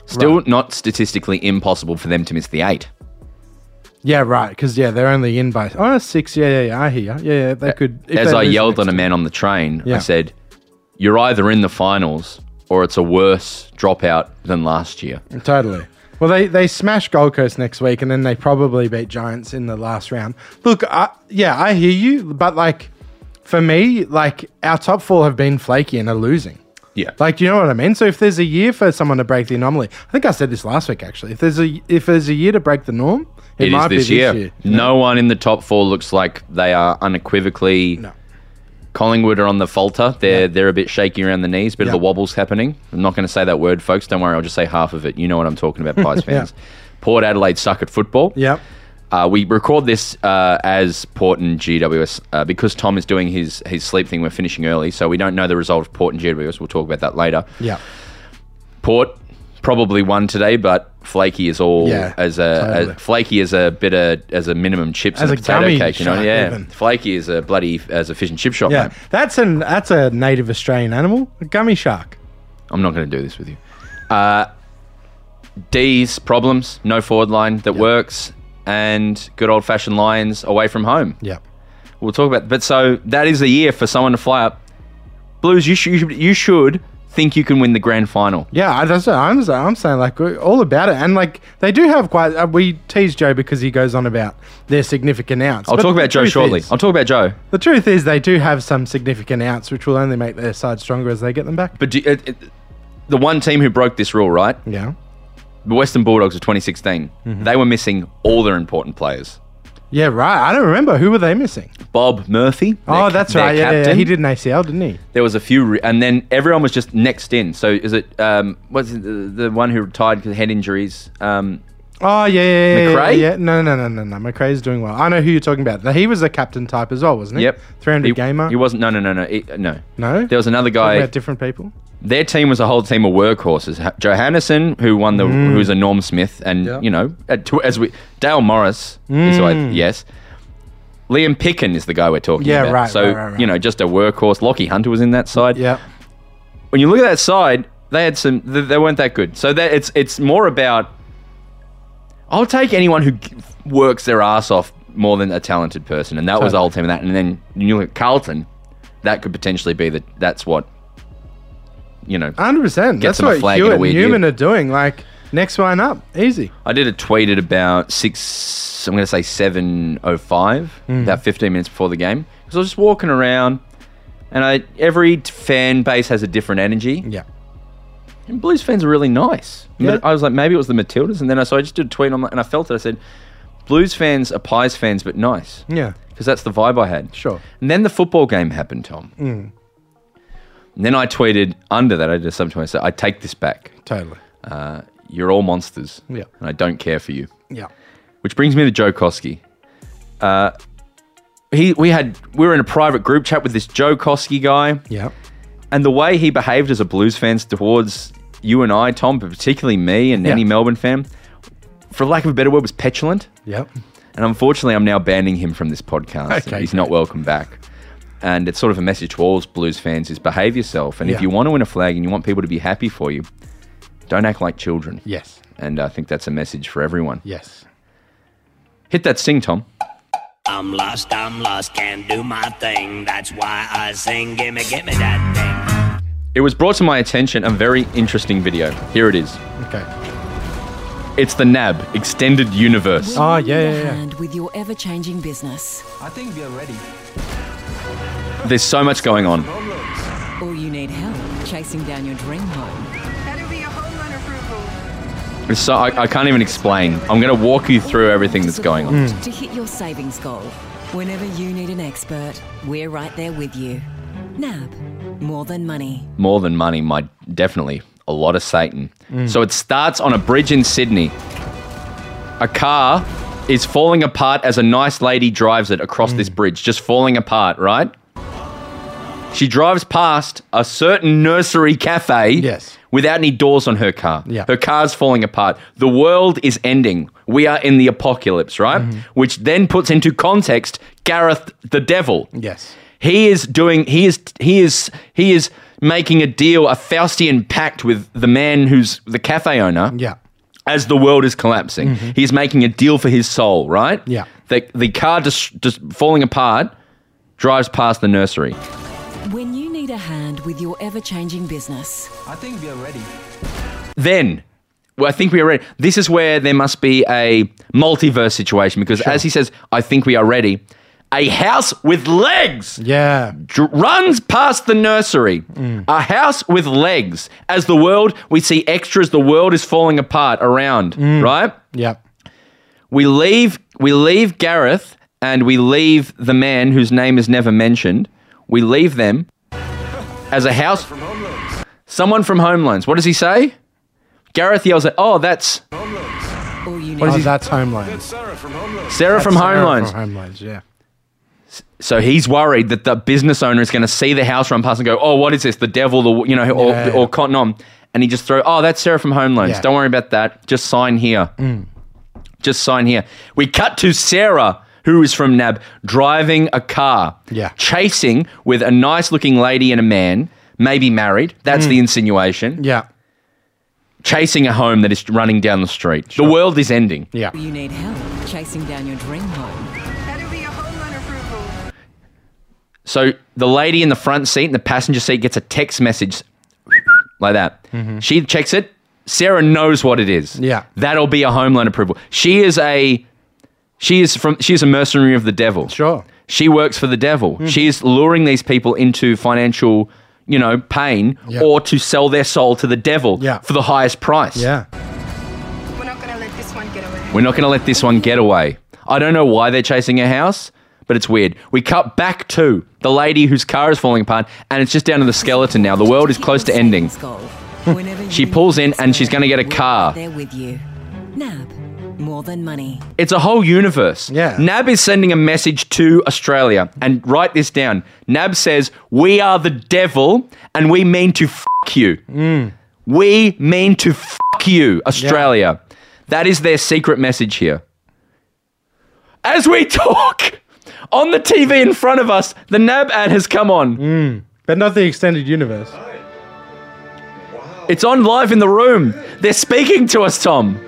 Speaker 2: Still not statistically impossible for them to miss the eight.
Speaker 3: Yeah, right. Because yeah, they're only in by oh six. Yeah, yeah, yeah. I hear. you. Yeah, yeah. They could. if
Speaker 2: As
Speaker 3: they
Speaker 2: I
Speaker 3: lose
Speaker 2: yelled
Speaker 3: next
Speaker 2: at a man on the train,
Speaker 3: Yeah.
Speaker 2: I said, You're either in the finals or it's a worse dropout than last year.
Speaker 3: Mm. Totally. Well, they, they smash Gold Coast next week, and then they probably beat Giants in the last round. Look, I, yeah, I hear you, but like for me, like our top four have been flaky and are losing.
Speaker 2: Yeah.
Speaker 3: Like, do you know what I mean? So if there's a year for someone to break the anomaly, I think I said this last week actually. If there's a if there's a year to break the norm, it,
Speaker 2: It is
Speaker 3: might
Speaker 2: this,
Speaker 3: be
Speaker 2: year.
Speaker 3: this year.
Speaker 2: No one in the top four looks like they are unequivocally.
Speaker 3: No.
Speaker 2: Collingwood are on the falter. They're they're a bit shaky around the knees, bit
Speaker 3: Yeah.
Speaker 2: of the wobbles happening. I'm not going to say that word,
Speaker 3: <laughs>
Speaker 2: folks. Don't worry, I'll just say half of it. You know what I'm talking about, Pies fans. Port Adelaide suck at football.
Speaker 3: Yep.
Speaker 2: Uh, we record this uh, as Port and GWS uh, because Tom is doing his his sleep thing. We're finishing early, so we don't know the result of Port and GWS. We'll talk about that later.
Speaker 3: Yeah.
Speaker 2: Port probably won today, but Flaky is all
Speaker 3: Yeah,
Speaker 2: as a,
Speaker 3: totally.
Speaker 2: a Flaky is a bit of as a minimum chips and
Speaker 3: As a
Speaker 2: a potato
Speaker 3: gummy
Speaker 2: cake. You know,
Speaker 3: shop,
Speaker 2: yeah.
Speaker 3: even.
Speaker 2: Flaky is a bloody as a fish and chip shop.
Speaker 3: Yeah.
Speaker 2: mate.
Speaker 3: That's an that's a native Australian animal, a gummy shark.
Speaker 2: I'm not going to do this with you. Uh, D's problems, no forward line that works, and good old fashioned Lions away from home.
Speaker 3: Yeah.
Speaker 2: We'll talk about. But so that is the year for someone to fly up. Blues, you should you should think you can win the grand final.
Speaker 3: Yeah, I- that's what I'm, saying. I'm saying. Like, we're all about it. And, like, they do have quite. Uh, we tease Joe because he goes on about their significant outs.
Speaker 2: I'll talk about Joe shortly. I'll talk about Joe.
Speaker 3: the truth is, they do have some significant outs, which will only make their side stronger as they get them back.
Speaker 2: But do, it, it, the one team who broke this rule, right?
Speaker 3: Yeah.
Speaker 2: The Western Bulldogs of 2016.
Speaker 3: Mm-hmm.
Speaker 2: They were missing all their important players.
Speaker 3: Yeah, right. I don't remember. Who were they missing?
Speaker 2: Bob Murphy.
Speaker 3: oh,
Speaker 2: their-
Speaker 3: that's
Speaker 2: their
Speaker 3: right. Yeah, yeah, yeah.
Speaker 2: captain.
Speaker 3: He did an ACL, didn't he?
Speaker 2: There was a few, re- and then everyone was just next in. So is it um, was it the, the one who retired because head injuries? Um,
Speaker 3: Oh, yeah, yeah, yeah. yeah,
Speaker 2: McRae?
Speaker 3: Yeah. No, no, no, no, no. McRae's doing well. I know who you're talking about. He was a captain type as well, wasn't he?
Speaker 2: yep,
Speaker 3: 300
Speaker 2: he,
Speaker 3: gamer.
Speaker 2: He wasn't. No, no, no, no, it- no.
Speaker 3: no?
Speaker 2: There was another
Speaker 3: Talking
Speaker 2: guy.
Speaker 3: about different people?
Speaker 2: Their team was a whole team of workhorses. Ha- Johannesson, who won the, who was a Norm Smith, and
Speaker 3: Yeah. Mm.
Speaker 2: you know, at tw- as we Dale Morris is who I, yes. Liam Picken is the guy we're talking
Speaker 3: Yeah,
Speaker 2: about.
Speaker 3: right,
Speaker 2: So
Speaker 3: right, right, right.
Speaker 2: you know, just a workhorse. Lockie Hunter was in that side.
Speaker 3: Yeah.
Speaker 2: when you look at that side, they had some. They, they weren't that good. So that it's it's more about. I'll take anyone who g- works their ass off more than a talented person, and that was the whole team. Of that, and then you look at Carlton, that could potentially be that. That's what. You know,
Speaker 3: hundred percent. That's
Speaker 2: them a
Speaker 3: what
Speaker 2: flag in a
Speaker 3: Hewitt and
Speaker 2: weird year.
Speaker 3: Newman are doing. Like next one up, easy.
Speaker 2: I did a tweet at about six. I'm going to say seven oh five,
Speaker 3: Mm.
Speaker 2: about fifteen minutes before the game, because I was just walking around, and I every t- fan base has a different energy.
Speaker 3: Yeah,
Speaker 2: And Blues fans are really nice.
Speaker 3: Yeah.
Speaker 2: I was like, maybe it was the Matildas, and then I so I just did a tweet on my, and I felt it. I said, Blues fans are Pies fans, but nice
Speaker 3: yeah,
Speaker 2: because that's the vibe I had.
Speaker 3: sure. Mm.
Speaker 2: And then the football game happened, Tom. And then I tweeted under that. I did something. I said, I take this back.
Speaker 3: Totally.
Speaker 2: You're all monsters,
Speaker 3: Yeah.
Speaker 2: and I don't care for you.
Speaker 3: Yeah,
Speaker 2: Which brings me to Joe Koski. Uh, he we had we were in a private group chat with this Joe Koski guy.
Speaker 3: yeah,
Speaker 2: And the way he behaved as a Blues fan towards you and I, Tom, but particularly me and
Speaker 3: Yeah.
Speaker 2: any Melbourne fan, for lack of a better word, was petulant.
Speaker 3: yeah.
Speaker 2: And unfortunately, I'm now banning him from this podcast.
Speaker 3: Okay,
Speaker 2: He's not welcome back. And it's sort of a message to all Blues fans is behave yourself. And
Speaker 3: Yeah.
Speaker 2: if you want to win a flag and you want people to be happy for you, don't act like children.
Speaker 3: Yes,
Speaker 2: And I think that's a message for everyone.
Speaker 3: yes.
Speaker 2: Hit that sing, Tom.
Speaker 5: I'm lost, I'm lost, can't do my thing. That's why I sing, gimme, gimme that thing.
Speaker 2: It was brought to my attention a very interesting video. Here it is.
Speaker 3: Okay.
Speaker 2: It's the NAB Extended Universe.
Speaker 3: Oh,
Speaker 6: Waving
Speaker 3: yeah,
Speaker 6: your
Speaker 3: yeah, yeah.
Speaker 6: hand with your ever-changing business.
Speaker 2: There's so much going on.
Speaker 6: Or you need help chasing down your dream home.
Speaker 7: That'll be a home run approval.
Speaker 2: It's So I, I can't even explain. I'm going to walk you through everything that's going on.
Speaker 3: Hmm.
Speaker 6: To hit your savings goal. Whenever you need an expert, we're right there with you. NAB, more than money.
Speaker 2: More than money, my definitely a lot of Satan.
Speaker 3: Mm.
Speaker 2: So it starts on a bridge in Sydney. A car is falling apart as a nice lady drives it
Speaker 3: Mm.
Speaker 2: across this bridge, just falling apart, right? She drives past a certain nursery cafe
Speaker 3: Yes.
Speaker 2: without any doors on her car.
Speaker 3: Yeah.
Speaker 2: Her car's falling apart. The world is ending. We are in the apocalypse, right?
Speaker 3: Mm-hmm.
Speaker 2: Which then puts into context Gareth the devil.
Speaker 3: Yes.
Speaker 2: He is doing. He is. He is. He is making a deal, a Faustian pact with the man who's the cafe owner.
Speaker 3: Yeah. Mm-hmm.
Speaker 2: As the world is collapsing, he's making a deal for his soul. Right.
Speaker 3: Yeah.
Speaker 2: The the car just just falling apart drives past the nursery.
Speaker 6: When you need a hand with your ever-changing business.
Speaker 2: Then. Well, I think we are ready. This is where there must be a multiverse situation because, as he says, I think we are ready. A house with legs
Speaker 3: Yeah.
Speaker 2: dr- runs past the nursery, a house with legs. As the world, we see extras, the world is falling apart around,
Speaker 3: Mm.
Speaker 2: right?
Speaker 3: Yeah.
Speaker 2: We leave we leave Gareth and we leave the man whose name is never mentioned. We leave them as a house Someone from Homelands. What does he say? Gareth yells at, "Oh, that's
Speaker 6: All you
Speaker 3: Oh,
Speaker 6: need.
Speaker 3: that's home loans.
Speaker 8: Sarah from Home Loans.
Speaker 2: Sarah from
Speaker 3: That's
Speaker 2: Home
Speaker 3: Sarah
Speaker 2: Loans.
Speaker 3: From home loans, yeah.
Speaker 2: So he's worried that the business owner is going to see the house run past and go, "Oh, what is this? The devil, the you know, or
Speaker 3: Yeah.
Speaker 2: or Cotton On." And he just throw, "Oh, that's Sarah from Home Loans.
Speaker 3: Yeah. Mm.
Speaker 2: Don't worry about that. Just sign here. Just sign here." We cut to Sarah, who is from NAB, driving a car,
Speaker 3: Yeah.
Speaker 2: chasing with a nice-looking lady and a man, maybe married.
Speaker 3: Mm.
Speaker 2: That's the insinuation.
Speaker 3: Yeah.
Speaker 2: Chasing a home that is running down the street. The world is ending.
Speaker 3: Yeah.
Speaker 6: You need help chasing down your dream home.
Speaker 7: That'll be a homeowner approval.
Speaker 2: So the lady in the front seat, in the passenger seat, gets a text message like that. She checks it. Sarah knows what it is.
Speaker 3: Mm-hmm. Yeah.
Speaker 2: that'll be a home loan approval. She is a, she is from, she is a mercenary of the devil.
Speaker 3: Sure. Mm.
Speaker 2: She works for the devil. She is luring these people into financial, you know, pain
Speaker 3: Yeah.
Speaker 2: or to sell their soul to the devil
Speaker 3: Yeah.
Speaker 2: for the highest price.
Speaker 3: Yeah.
Speaker 7: We're not gonna let this one get away.
Speaker 2: We're not going to let this one get away. I don't know why they're chasing a house, but it's weird. We cut back to the lady whose car is falling apart, and it's just down to the skeleton now. The world is close to ending.
Speaker 3: Hmm.
Speaker 2: She pulls in and she's gonna get a car.
Speaker 6: They're with you. NAB, more than money.
Speaker 2: It's a whole universe.
Speaker 3: Yeah.
Speaker 2: Nab is sending a message to Australia, and write this down. Nab says, "We are the devil, and we mean to f you. We mean to f you, Australia." That is their secret message here. As we talk <laughs> on the TV in front of us, the Nab ad has come on.
Speaker 3: But not the extended universe.
Speaker 2: It's on live in the room. They're speaking to us, Tom.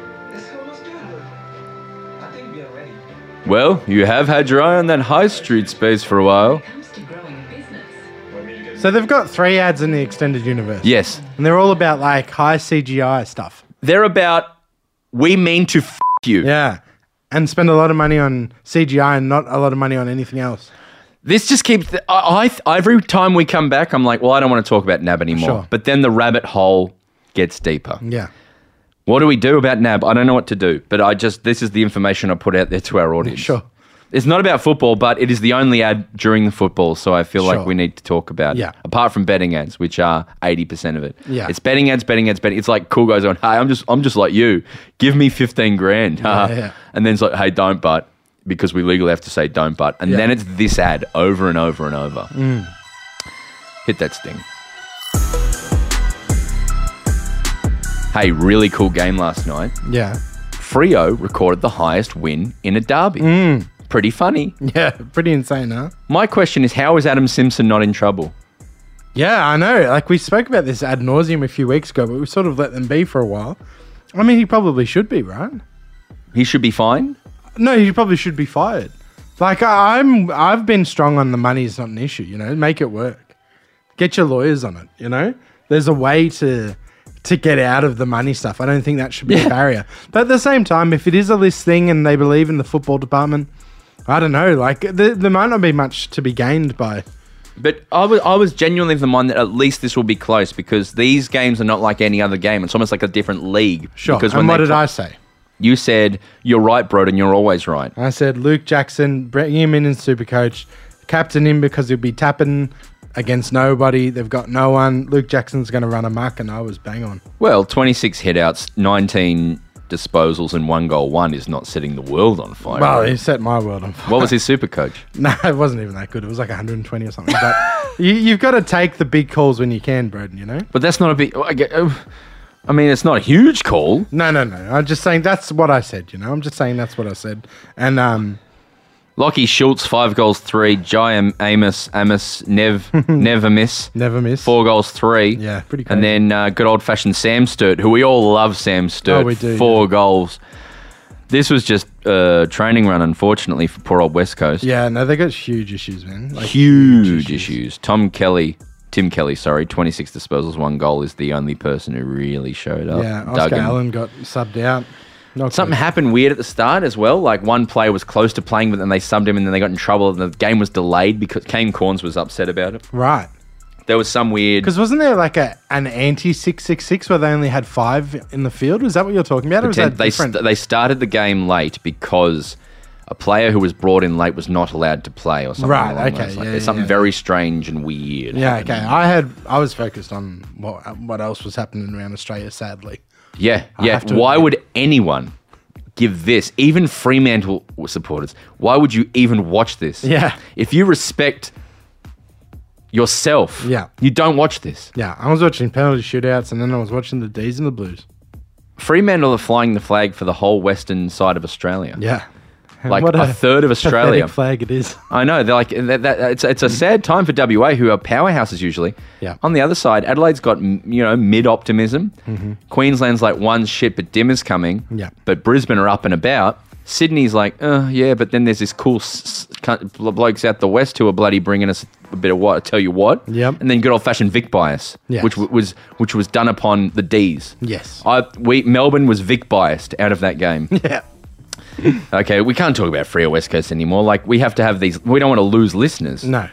Speaker 2: Well, you have had your eye on that high street space for a while.
Speaker 3: So they've got three ads in the extended universe.
Speaker 2: Yes.
Speaker 3: And they're all about like high CGI stuff.
Speaker 2: They're about, we mean to f you.
Speaker 3: Yeah. And spend a lot of money on CGI and not a lot of money on anything else.
Speaker 2: This just keeps, I, I, every time we come back, I'm like, well, I don't want to talk about NAB anymore.
Speaker 3: Sure.
Speaker 2: But then the rabbit hole gets deeper.
Speaker 3: Yeah.
Speaker 2: What do we do about NAB? I don't know what to do, but I just, this is the information I put out there to our audience.
Speaker 3: Sure.
Speaker 2: It's not about football, but it is the only ad during the football, so I feel
Speaker 3: Sure.
Speaker 2: like we need to talk about
Speaker 3: Yeah.
Speaker 2: it. Apart from betting ads, which are eighty percent of it.
Speaker 3: Yeah.
Speaker 2: It's betting ads, betting ads, betting. It's like cool guys on. Hey, I'm just, I'm just like you. Give me fifteen grand, <laughs>
Speaker 3: yeah.
Speaker 2: and then it's like, hey, don't but because we legally have to say don't but, and
Speaker 3: Yeah. Mm.
Speaker 2: then it's this ad over and over and over. Hit that sting. Hey, really cool game last night.
Speaker 3: Yeah. <laughs>
Speaker 2: Frio recorded the highest win in a derby.
Speaker 3: Mm.
Speaker 2: Pretty funny.
Speaker 3: Yeah. Pretty insane, huh?
Speaker 2: My question is, how is Adam Simpson not in trouble?
Speaker 3: Yeah, I know. Like we spoke about this ad nauseum a few weeks ago, but we sort of let them be for a while. I mean, he probably should be, right?
Speaker 2: He should be fine.
Speaker 3: No, he probably should be fired. Like I, I'm, I've been strong on the money is not an issue. You know, make it work. Get your lawyers on it. You know, there's a way to to get out of the money stuff. I don't think that should be a barrier. But at the same time, if it is a list thing and they believe in the football department, I don't know. Like there, there might not be much to be gained by.
Speaker 2: But I was, I was genuinely of the mind that at least this will be close because these games are not like any other game. It's almost like a different league.
Speaker 3: Sure.
Speaker 2: Because
Speaker 3: and what
Speaker 2: they
Speaker 3: did
Speaker 2: pl-
Speaker 3: I say?
Speaker 2: You said you're right, Broden. You're always right.
Speaker 3: I said Luke Jackson, bring him in as super coach, captain him because he'll be tapping against nobody. They've got no one. Luke Jackson's going to run amok, and I was bang on.
Speaker 2: Well, 26 headouts, 19 disposals, and one goal. One is not setting the world on fire.
Speaker 3: Well, he set my world on fire. <laughs>
Speaker 2: what was his super coach?
Speaker 3: No, it wasn't even that good. It was like 120 or something.
Speaker 2: <laughs>
Speaker 3: But you, you've got to take the big calls when you can, Broden, you know?
Speaker 2: But that's not a big. I ge- I mean, it's not a huge call.
Speaker 3: No, no, no. I'm just saying that's what I said, you know? I'm just saying that's what I said. And, um,
Speaker 2: Lockie Schultz, five goals, three. Jai Amos, Amos,
Speaker 3: <laughs>
Speaker 2: Nev, never miss.
Speaker 3: Never miss.
Speaker 2: Four goals, three.
Speaker 3: Yeah, pretty
Speaker 2: And then uh, good old fashioned Sam Sturt, who we all love Sam Sturt.
Speaker 3: Oh, we do,
Speaker 2: Four goals. This was just a training run, unfortunately, for poor old West Coast.
Speaker 3: yeah, no, they got huge issues, man. Like,
Speaker 2: Huge, issues. Tom Kelly, Tim Kelly, sorry, 26 disposals, one goal is the only person who really showed up.
Speaker 3: yeah,
Speaker 2: Duggan.
Speaker 3: Oscar Allen got subbed out. Not
Speaker 2: Something happened weird at the start as well. Like one player was close to playing, but then they subbed him, and then they got in trouble, and the game was delayed because Kane Corns was upset about it.
Speaker 3: good. Right.
Speaker 2: There was some weird.
Speaker 3: Because wasn't there like a an anti six six six where they only had five in the field? Was that what you're talking about? Or was that
Speaker 2: Pretend- they
Speaker 3: different?
Speaker 2: st- they started the game late because a player who was brought in late was not allowed to play or something.
Speaker 3: Right,
Speaker 2: along
Speaker 3: okay,
Speaker 2: those lines.
Speaker 3: yeah,
Speaker 2: There's
Speaker 3: yeah,
Speaker 2: something
Speaker 3: yeah.
Speaker 2: very strange and weird.
Speaker 3: yeah, okay.
Speaker 2: happening.
Speaker 3: I had I was focused on what what else was happening around Australia. Sadly,
Speaker 2: Yeah, yeah.
Speaker 3: have to
Speaker 2: Why
Speaker 3: admit.
Speaker 2: would anyone give this. Even Fremantle supporters, why would you even watch this?
Speaker 3: Yeah.
Speaker 2: If you respect yourself,
Speaker 3: Yeah.
Speaker 2: you don't watch this.
Speaker 3: Yeah, I was watching penalty shootouts and then I was watching the D's and the Blues.
Speaker 2: Fremantle are flying the flag for the whole western side of Australia.
Speaker 3: Yeah.
Speaker 2: Like a third of Australia.
Speaker 3: pathetic flag it is.
Speaker 2: I know. They're like that, that, it's it's a sad time for WA, who are powerhouses usually.
Speaker 3: Yeah.
Speaker 2: On the other side, Adelaide's got m- you know mid optimism. Queensland's like one shit, but Dimmer's coming.
Speaker 3: Mm-hmm. Yeah.
Speaker 2: But Brisbane are up and about. Sydney's like, uh, yeah, but then there's this cool s- s- cunt- blo- blokes out the west who are bloody bringing us a bit of what? I tell you what.
Speaker 3: Yep.
Speaker 2: And then good old fashioned Vic bias,
Speaker 3: Yes.
Speaker 2: which w- was which was done upon the D's.
Speaker 3: Yes.
Speaker 2: I we Melbourne was Vic biased out of that
Speaker 3: <laughs>
Speaker 2: game.
Speaker 3: Yeah.
Speaker 2: Okay, we can't talk about Free or West Coast anymore. Like we have to have these. We don't want to lose listeners.
Speaker 3: No.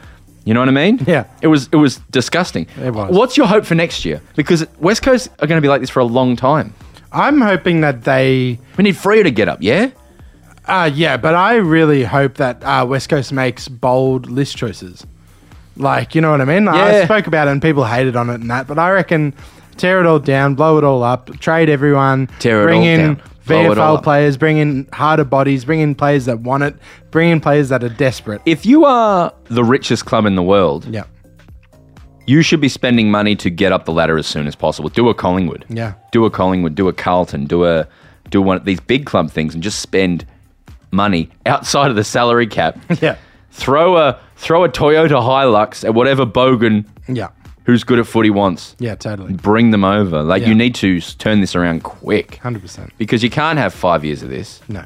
Speaker 2: you know what I mean.
Speaker 3: Yeah.
Speaker 2: it was it was disgusting.
Speaker 3: It was.
Speaker 2: What's your hope for next year? Because West Coast are going to be like this for a long time.
Speaker 3: I'm hoping that they
Speaker 2: We need Freo to get up. Yeah,
Speaker 3: Uh, yeah, but I really hope that uh, West Coast makes bold list choices. Like, you know what I mean?
Speaker 2: Yeah.
Speaker 3: I spoke about it and people hated on it and that, but I reckon tear it all down, blow it all up, trade everyone,
Speaker 2: Tear it
Speaker 3: bring
Speaker 2: all
Speaker 3: in
Speaker 2: down, blow it all
Speaker 3: VFL
Speaker 2: up.
Speaker 3: players, bring in harder bodies, bring in players that want it, bring in players that are desperate.
Speaker 2: if you are the richest club in the world,
Speaker 3: yeah,
Speaker 2: you should be spending money to get up the ladder as soon as possible. Do a Collingwood.
Speaker 3: Yeah.
Speaker 2: Do a Collingwood. Do a Carlton. Do a do one of these big club things and just spend money outside of the salary cap.
Speaker 3: <laughs> yeah,
Speaker 2: throw a throw a Toyota Hilux at whatever bogan
Speaker 3: yeah,
Speaker 2: who's good at footy wants.
Speaker 3: yeah, totally.
Speaker 2: Bring them over. Like
Speaker 3: Yeah.
Speaker 2: you need to s- turn this around quick
Speaker 3: 100%.
Speaker 2: because you can't have five years of this.
Speaker 3: No.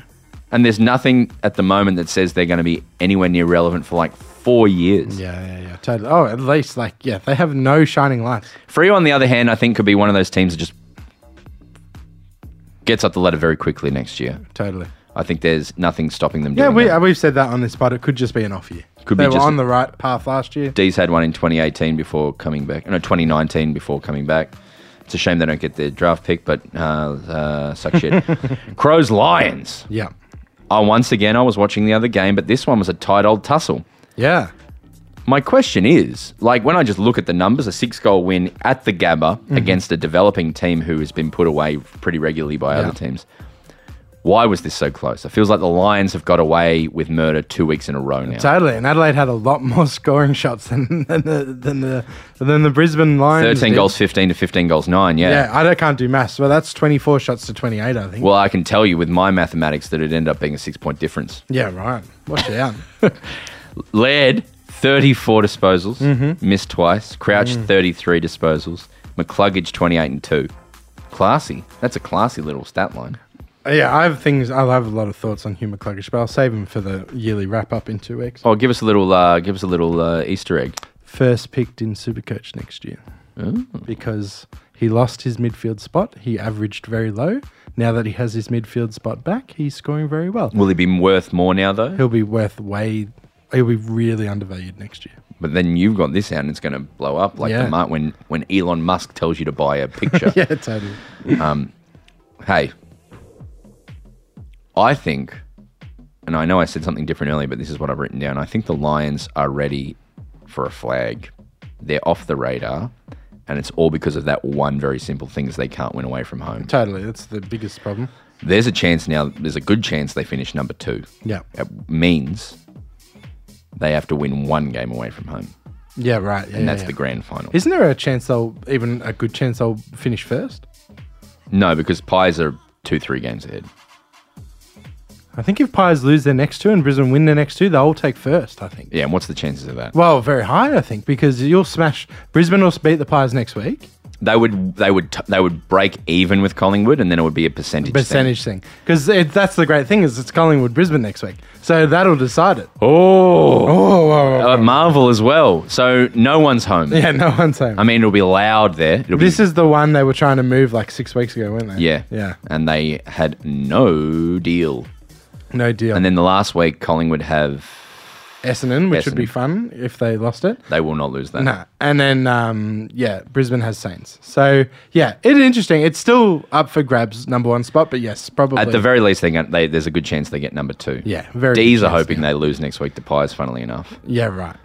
Speaker 2: And there's nothing at the moment that says they're going to be anywhere near relevant for like four years.
Speaker 3: Yeah, yeah, yeah, totally. Oh, at least, like, yeah, they have no shining lights.
Speaker 2: Freo, on the other hand, I think could be one of those teams that just gets up the ladder very quickly next year.
Speaker 3: Totally.
Speaker 2: I think there's nothing stopping them.
Speaker 3: Yeah,
Speaker 2: doing
Speaker 3: we,
Speaker 2: that.
Speaker 3: uh, we've said that on this spot. It could just be an off year.
Speaker 2: Could
Speaker 3: they
Speaker 2: be
Speaker 3: were
Speaker 2: just-
Speaker 3: on the right path last year.
Speaker 2: D's had one in 2018 before coming back. No, 2019 before coming back. It's a shame they don't get their draft pick, but uh, uh, suck
Speaker 3: <laughs>
Speaker 2: shit. Crows Lions.
Speaker 3: Yeah.
Speaker 2: Oh, once again, I was watching the other game, but this one was a tight old tussle.
Speaker 3: Yeah.
Speaker 2: My question is, like, when I just look at the numbers, a six-goal win at the Gabba
Speaker 3: Mhm.
Speaker 2: against a developing team who has been put away pretty regularly by
Speaker 3: Yeah.
Speaker 2: other teams. Why was this so close? It feels like the Lions have got away with murder two weeks in a row now.
Speaker 3: Totally, and Adelaide had a lot more <laughs> scoring shots than than the than the, than the Brisbane Lions.
Speaker 2: Thirteen
Speaker 3: did.
Speaker 2: goals, fifteen to fifteen goals, nine.
Speaker 3: Yeah, I don't, can't do maths, but that's twenty four shots to twenty eight. I think.
Speaker 2: Well, I can tell you with my mathematics that it ended up being a six point difference.
Speaker 3: yeah, right. Watch out. <laughs>
Speaker 2: Laird, 34 disposals,
Speaker 3: Mm-hmm.
Speaker 2: missed twice. Crouch,
Speaker 3: Mm.
Speaker 2: 33 disposals. McCluggage, 28 and 2. Classy. That's a classy little stat line.
Speaker 3: yeah, I have things. I'll have a lot of thoughts on Hugh McCluggage, but I'll save them for the yearly wrap up in two weeks.
Speaker 2: Oh, give us a little, uh, give us a little uh, Easter egg.
Speaker 3: First picked in Supercoach next year Oh. because he lost his midfield spot. He averaged very low. Now that he has his midfield spot back, he's scoring very well.
Speaker 2: Will he be worth more now, though?
Speaker 3: He'll be worth way. He'll be really undervalued next year.
Speaker 2: But then you've got this out and it's going to blow up like
Speaker 3: Yeah.
Speaker 2: the mark when, when Elon Musk tells you to buy a picture.
Speaker 3: <laughs> <laughs> Yeah, totally.
Speaker 2: Hey, I think, and I know I said something different earlier, but this is what I've written down. I think the Lions are ready for a flag. They're off the radar, and it's all because of that one very simple thing is they can't win away from home.
Speaker 3: Totally. That's the biggest problem.
Speaker 2: There's a chance now, there's a good chance they finish number two.
Speaker 3: Yeah.
Speaker 2: It means they have to win one game away from home,
Speaker 3: Yeah, right.
Speaker 2: and that's the grand final.
Speaker 3: Isn't there a chance they'll, even a good chance they'll finish first?
Speaker 2: no, because Pies are two, three games ahead.
Speaker 3: I think if Pies lose their next two and Brisbane win their next two, they'll all take first, I think.
Speaker 2: Yeah, and what's the chances of that?
Speaker 3: Well, very high, I think, because you'll smash. Brisbane will beat the Pies next week.
Speaker 2: they would they would t- they would break even with Collingwood, and then it would be a percentage.
Speaker 3: Percentage thing. Because that's the great thing is it's Collingwood Brisbane next week. So that'll decide it.
Speaker 2: Thing. Oh, Uh, Marvel as well. So no one's home.
Speaker 3: Yeah, no one's saying.
Speaker 2: I mean, it'll be loud there. It'll
Speaker 3: this
Speaker 2: be,
Speaker 3: is the one they were trying to move like six weeks ago, weren't they?
Speaker 2: yeah,
Speaker 3: Yeah.
Speaker 2: and they had no deal.
Speaker 3: No deal.
Speaker 2: And then the last week, Collingwood have
Speaker 3: Essendon, which would be
Speaker 2: Essendon.
Speaker 3: fun if they lost it.
Speaker 2: they will not lose that.
Speaker 3: No, and then um, yeah, Brisbane has Saints. So yeah, it's interesting. It's still up for grabs, number one spot. But yes, probably
Speaker 2: At the very least, they, get- they there's a good chance they get number two.
Speaker 3: Yeah, very
Speaker 2: D's
Speaker 3: good
Speaker 2: are
Speaker 3: chance,
Speaker 2: hoping
Speaker 3: yeah.
Speaker 2: they lose next week to Pies. Funnily enough,
Speaker 3: yeah right.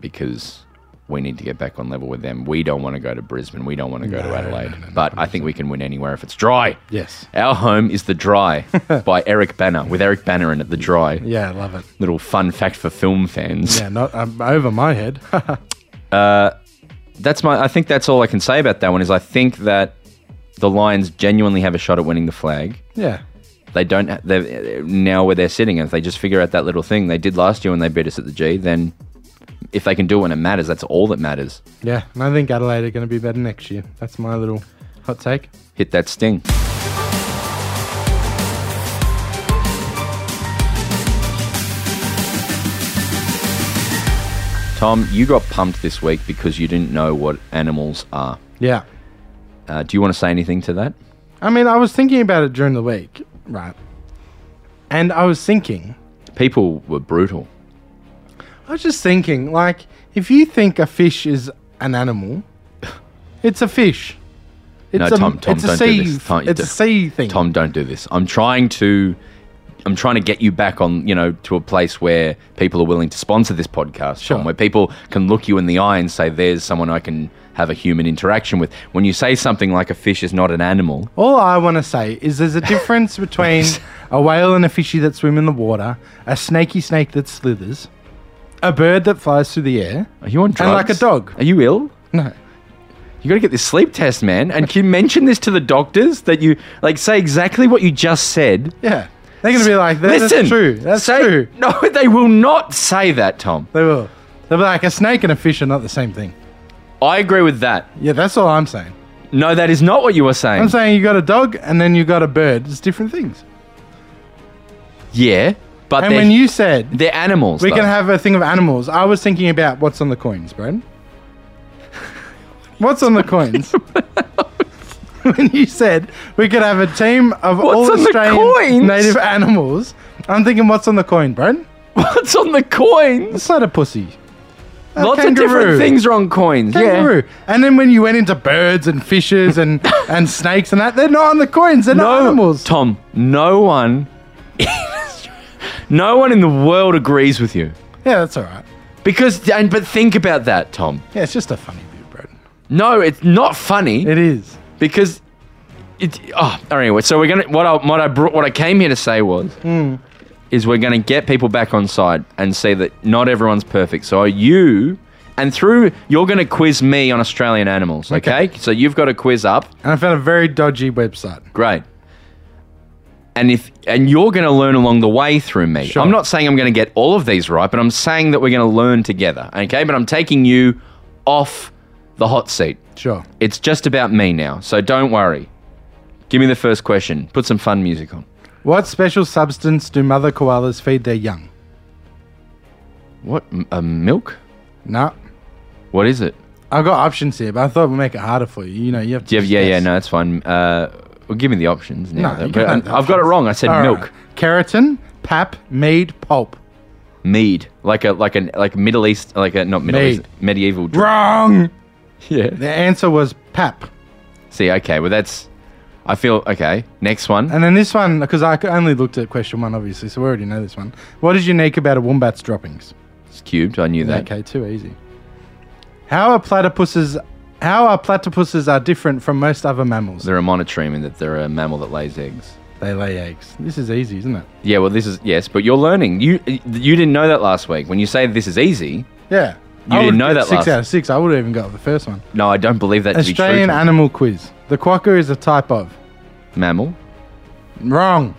Speaker 2: because we need to get back on level with them. We don't want to go to Brisbane. We don't want to go to Adelaide. but I think we can win anywhere if it's dry.
Speaker 3: Yes.
Speaker 2: Our home is the dry
Speaker 3: <laughs>
Speaker 2: by Eric Banner with Eric Banner in it. The dry.
Speaker 3: Yeah, I love it.
Speaker 2: Little fun fact for film fans.
Speaker 3: Yeah, not um, over my head. <laughs>
Speaker 2: That's my. I think that's all I can say about that one. Is I think that the Lions genuinely have a shot at winning the flag.
Speaker 3: yeah.
Speaker 2: They don't. ha- They're now where they're sitting. If they just figure out that little thing they did last year when they beat us at the G, then if they can do it when it matters, that's all that matters.
Speaker 3: Yeah. And I think Adelaide are going to be better next year. That's my little hot take.
Speaker 2: Hit that sting. Tom, you got pumped this week because you didn't know what animals are.
Speaker 3: Yeah.
Speaker 2: Uh, do you want to say anything to that?
Speaker 3: I mean, I was thinking about it during the week, right? And I was thinking,
Speaker 2: People were brutal.
Speaker 3: I was just thinking, like, if you think a fish is an animal, <laughs> it's a fish. It's
Speaker 2: No,
Speaker 3: a,
Speaker 2: Tom, Tom,
Speaker 3: it's a
Speaker 2: don't
Speaker 3: sea,
Speaker 2: do this. Tom, you
Speaker 3: it's a
Speaker 2: do-
Speaker 3: sea thing.
Speaker 2: Tom, don't do this. I'm trying to, I'm trying to get you back on, you know, to a place where people are willing to sponsor this podcast,
Speaker 3: Sure.
Speaker 2: Tom, where people can look you in the eye and say, "There's someone I can have a human interaction with." When you say something like a fish is not an animal,
Speaker 3: All I want to say
Speaker 2: <laughs>
Speaker 3: is there's a difference between a whale and a fishy that swim in the water, a snaky snake that slithers, a bird that flies through the air.
Speaker 2: are you on drugs?
Speaker 3: like a dog.
Speaker 2: Are you ill?
Speaker 3: No.
Speaker 2: You got to get this sleep test, man. And can you mention this to the doctors that you like say exactly what you just said?
Speaker 3: Yeah. They're going to be like, that,
Speaker 2: Listen,
Speaker 3: that's true. That's
Speaker 2: say-
Speaker 3: true.
Speaker 2: <laughs> No, they will not say that, Tom.
Speaker 3: They will. They'll be like, a snake and a fish are not the same thing.
Speaker 2: I agree with that.
Speaker 3: Yeah, that's all I'm saying.
Speaker 2: No, that is not what you were saying.
Speaker 3: I'm saying you got a dog and then you got a bird. It's different things.
Speaker 2: yeah, but
Speaker 3: And
Speaker 2: they're-
Speaker 3: when you said
Speaker 2: They're animals.
Speaker 3: we
Speaker 2: though.
Speaker 3: can have a thing of animals, I was thinking about what's on the coins, Brad. What's on
Speaker 2: <laughs>
Speaker 3: the coins? when you said we could have a team of
Speaker 2: What's on
Speaker 3: all
Speaker 2: the
Speaker 3: Australian
Speaker 2: coins?
Speaker 3: native animals, I'm thinking what's on the coin, Brad?
Speaker 2: <laughs> what's on the coins.
Speaker 3: It's not a pussy. A
Speaker 2: Lots of different
Speaker 3: kangaroo.
Speaker 2: things are on coins.
Speaker 3: Kangaroo. And then when you went into birds and fishes and,
Speaker 2: <coughs>
Speaker 3: and snakes and that, they're not on the coins. They're
Speaker 2: Yeah.
Speaker 3: not
Speaker 2: No,
Speaker 3: animals.
Speaker 2: Tom. No one. <laughs> no one in the world agrees with you
Speaker 3: Yeah, that's all right.
Speaker 2: because. And but think about that, Tom.
Speaker 3: Yeah, it's just a funny bit, Brad.
Speaker 2: No, it's not funny
Speaker 3: It is.
Speaker 2: because. It, oh, anyway. So we're gonna. What I what I brought, what I came here to say was. Is we're going to get people back on side and see that not everyone's perfect. So are you, and through you're going to quiz me on Australian animals, okay? So you've got a quiz up.
Speaker 3: And I found a very dodgy website.
Speaker 2: Great. And if and you're going to learn along the way through me.
Speaker 3: Sure.
Speaker 2: I'm not saying I'm going to get all of these right, but I'm saying that we're going to learn together. Okay? But I'm taking you off the hot seat.
Speaker 3: Sure.
Speaker 2: It's just about me now. So don't worry. Give me the first question. Put some fun music on.
Speaker 3: What special substance do mother koalas feed their young?
Speaker 2: What m- a milk?
Speaker 3: No.
Speaker 2: What is it?
Speaker 3: I've got options here, but I thought we'd make it harder for you. You know, you have to.
Speaker 2: Do you have, yeah,
Speaker 3: guess.
Speaker 2: yeah, no, that's fine. Uh, well, give me the options now.
Speaker 3: No,
Speaker 2: though.
Speaker 3: you
Speaker 2: But,
Speaker 3: can't
Speaker 2: um,
Speaker 3: have the
Speaker 2: I've got it
Speaker 3: options.
Speaker 2: wrong. I said
Speaker 3: All
Speaker 2: milk,
Speaker 3: right. Keratin, pap, mead, pulp.
Speaker 2: mead, like a like an like Middle East, like a not Middle
Speaker 3: Mead.
Speaker 2: East, medieval. Drink.
Speaker 3: Wrong.
Speaker 2: <laughs> Yeah.
Speaker 3: The answer was pap.
Speaker 2: See, okay, well that's. I feel okay. Next one.
Speaker 3: And then this one, because I c- only looked at question one, obviously, so we already know this one. What is unique about a wombat's droppings?
Speaker 2: It's cubed. I knew that.
Speaker 3: Okay, too easy. How are platypuses? How are platypuses are different from most other mammals?
Speaker 2: They're a monotreme in that they're a mammal that lays eggs.
Speaker 3: They lay eggs. This is easy, isn't it?
Speaker 2: Yeah, well, this is yes, but you're learning. You you didn't know that last week. When you say this is easy,
Speaker 3: Yeah.
Speaker 2: You
Speaker 3: I
Speaker 2: didn't
Speaker 3: would
Speaker 2: know
Speaker 3: get
Speaker 2: that
Speaker 3: Six
Speaker 2: last-
Speaker 3: out of six. I would have even got the first one.
Speaker 2: no, I don't believe that
Speaker 3: Australian
Speaker 2: to be true.
Speaker 3: animal quiz. The quokka is a type of.
Speaker 2: Tom. mammal.
Speaker 3: Wrong.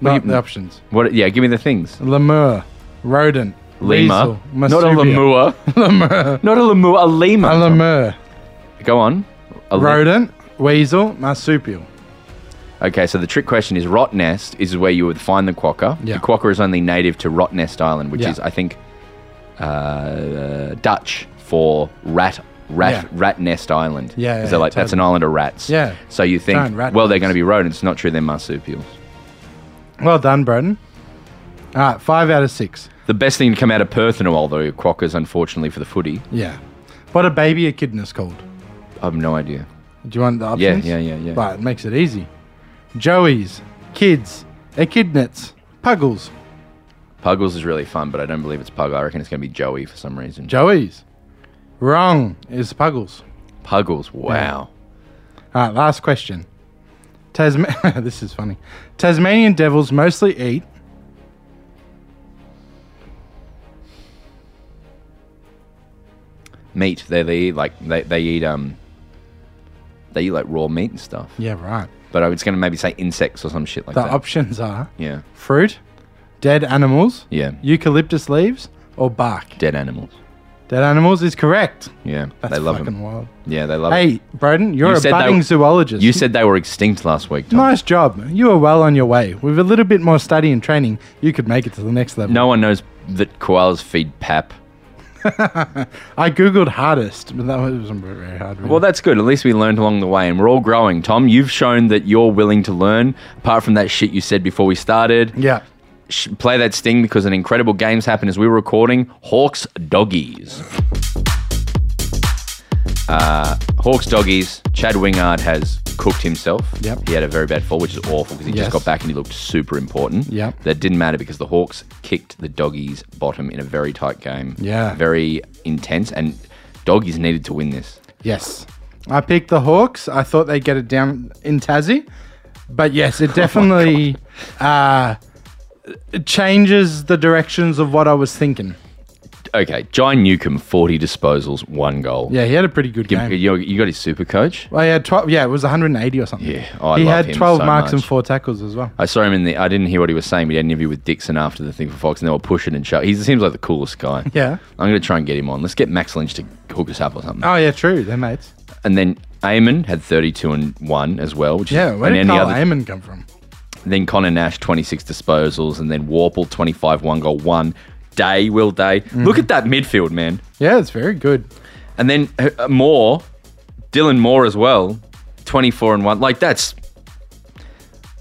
Speaker 2: do
Speaker 3: Not
Speaker 2: you-
Speaker 3: the options.
Speaker 2: What? Yeah, give me the things.
Speaker 3: Lemur, rodent,
Speaker 2: Lima.
Speaker 3: weasel,
Speaker 2: Not a
Speaker 3: marsupial.
Speaker 2: lemur.
Speaker 3: <laughs>
Speaker 2: Not a lemur. A lemur.
Speaker 3: A lemur,
Speaker 2: Go on. A lim-
Speaker 3: rodent, weasel, marsupial.
Speaker 2: Okay, so the trick question is Rottnest is where you would find the quokka.
Speaker 3: Yeah.
Speaker 2: The quokka is only native to Rottnest Island, which
Speaker 3: Yeah.
Speaker 2: is I think uh, Dutch for rat rat
Speaker 3: Yeah.
Speaker 2: rat nest island.
Speaker 3: Yeah,
Speaker 2: 'Cause
Speaker 3: yeah,
Speaker 2: they're like that's an island of rats.
Speaker 3: Yeah.
Speaker 2: So you think
Speaker 3: Giant rat
Speaker 2: well they're
Speaker 3: nests.
Speaker 2: going to be rodents, not true they're marsupials.
Speaker 3: Well done, Broden. All right, five out of six.
Speaker 2: The best thing to come out of Perth in a while though, quokkas unfortunately for the footy.
Speaker 3: Yeah. What a baby echidna's called.
Speaker 2: I have no idea.
Speaker 3: Do you want the options?
Speaker 2: yeah, yeah, yeah.
Speaker 3: Right, it makes it easy. Joeys, kids, echidnets, puggles,
Speaker 2: Puggles is really fun, but I don't believe it's Pug. I reckon it's going to be Joey for some reason.
Speaker 3: Joeys. Wrong is Puggles.
Speaker 2: Puggles. Wow.
Speaker 3: All right, last question. Tasma- <laughs> this is funny. Tasmanian devils mostly eat.
Speaker 2: Meat. They they eat like they, they eat um. They eat like raw meat and stuff.
Speaker 3: Yeah, right.
Speaker 2: But I was going to maybe say insects or some shit like
Speaker 3: The
Speaker 2: that.
Speaker 3: options are
Speaker 2: yeah.
Speaker 3: fruit, dead animals,
Speaker 2: Yeah.
Speaker 3: eucalyptus leaves, or bark.
Speaker 2: Dead animals.
Speaker 3: Dead animals is correct.
Speaker 2: Yeah.
Speaker 3: That's
Speaker 2: they love
Speaker 3: fucking
Speaker 2: them.
Speaker 3: wild.
Speaker 2: Yeah, they love 'em.
Speaker 3: Hey, Broden, you're
Speaker 2: You
Speaker 3: a
Speaker 2: said
Speaker 3: budding
Speaker 2: they-
Speaker 3: zoologist.
Speaker 2: You said they were extinct last week, Tom.
Speaker 3: nice job. You are well on your way. With a little bit more study and training, you could make it to the next level.
Speaker 2: No one knows that koalas feed pap.
Speaker 3: I googled hardest, but that wasn't very hard. Really.
Speaker 2: Well, that's good. At least we learned along the way, and we're all growing. Tom, you've shown that you're willing to learn. Apart from that shit you said before we started,
Speaker 3: yeah.
Speaker 2: Sh- play that sting because an incredible game's happened as we were recording. Hawks doggies. Uh, Hawks doggies. Chad Wingard has cooked himself.
Speaker 3: Yep.
Speaker 2: He had a very bad fall, which is awful because he
Speaker 3: Yes.
Speaker 2: just got back and he looked super important.
Speaker 3: Yep.
Speaker 2: That didn't matter because the Hawks kicked the doggies bottom in a very tight game.
Speaker 3: Yeah.
Speaker 2: Very intense and. Doggies needed to win this.
Speaker 3: Yes. I picked the Hawks. I thought they'd get it down in Tassie. But
Speaker 2: <laughs>
Speaker 3: yes,
Speaker 2: Oh
Speaker 3: it definitely uh, it changes the directions of what I was thinking.
Speaker 2: Okay, John Newcomb, 40 disposals, one goal.
Speaker 3: Yeah, he had a pretty good
Speaker 2: Give-
Speaker 3: game.
Speaker 2: You, you got his super coach?
Speaker 3: Well, he had 12. Yeah, it was 180 or something.
Speaker 2: Yeah, oh, I
Speaker 3: he
Speaker 2: love
Speaker 3: had
Speaker 2: him
Speaker 3: 12
Speaker 2: so
Speaker 3: marks and
Speaker 2: much.
Speaker 3: four tackles as well.
Speaker 2: I saw him in the. I didn't hear what he was saying, but he had an interview with Dixon after the thing for Fox, and they were pushing and shoving. He seems like the coolest guy.
Speaker 3: Yeah.
Speaker 2: I'm going to try and get him on. Let's get Max Lynch to hook us up or something.
Speaker 3: Oh, yeah, true. They're mates.
Speaker 2: And then Eamon had 32 and 1 as well, which
Speaker 3: Yeah,
Speaker 2: is.
Speaker 3: where
Speaker 2: and
Speaker 3: did
Speaker 2: then the
Speaker 3: Carl
Speaker 2: other-
Speaker 3: Amon come from?
Speaker 2: Then Connor Nash, 26 disposals, and then Warple, 25, one goal, one. Day, Will Day.
Speaker 3: Mm.
Speaker 2: Look at that midfield, man.
Speaker 3: Yeah, it's very good.
Speaker 2: And then uh, Moore, Dylan Moore as well, 24 and 1. Like that's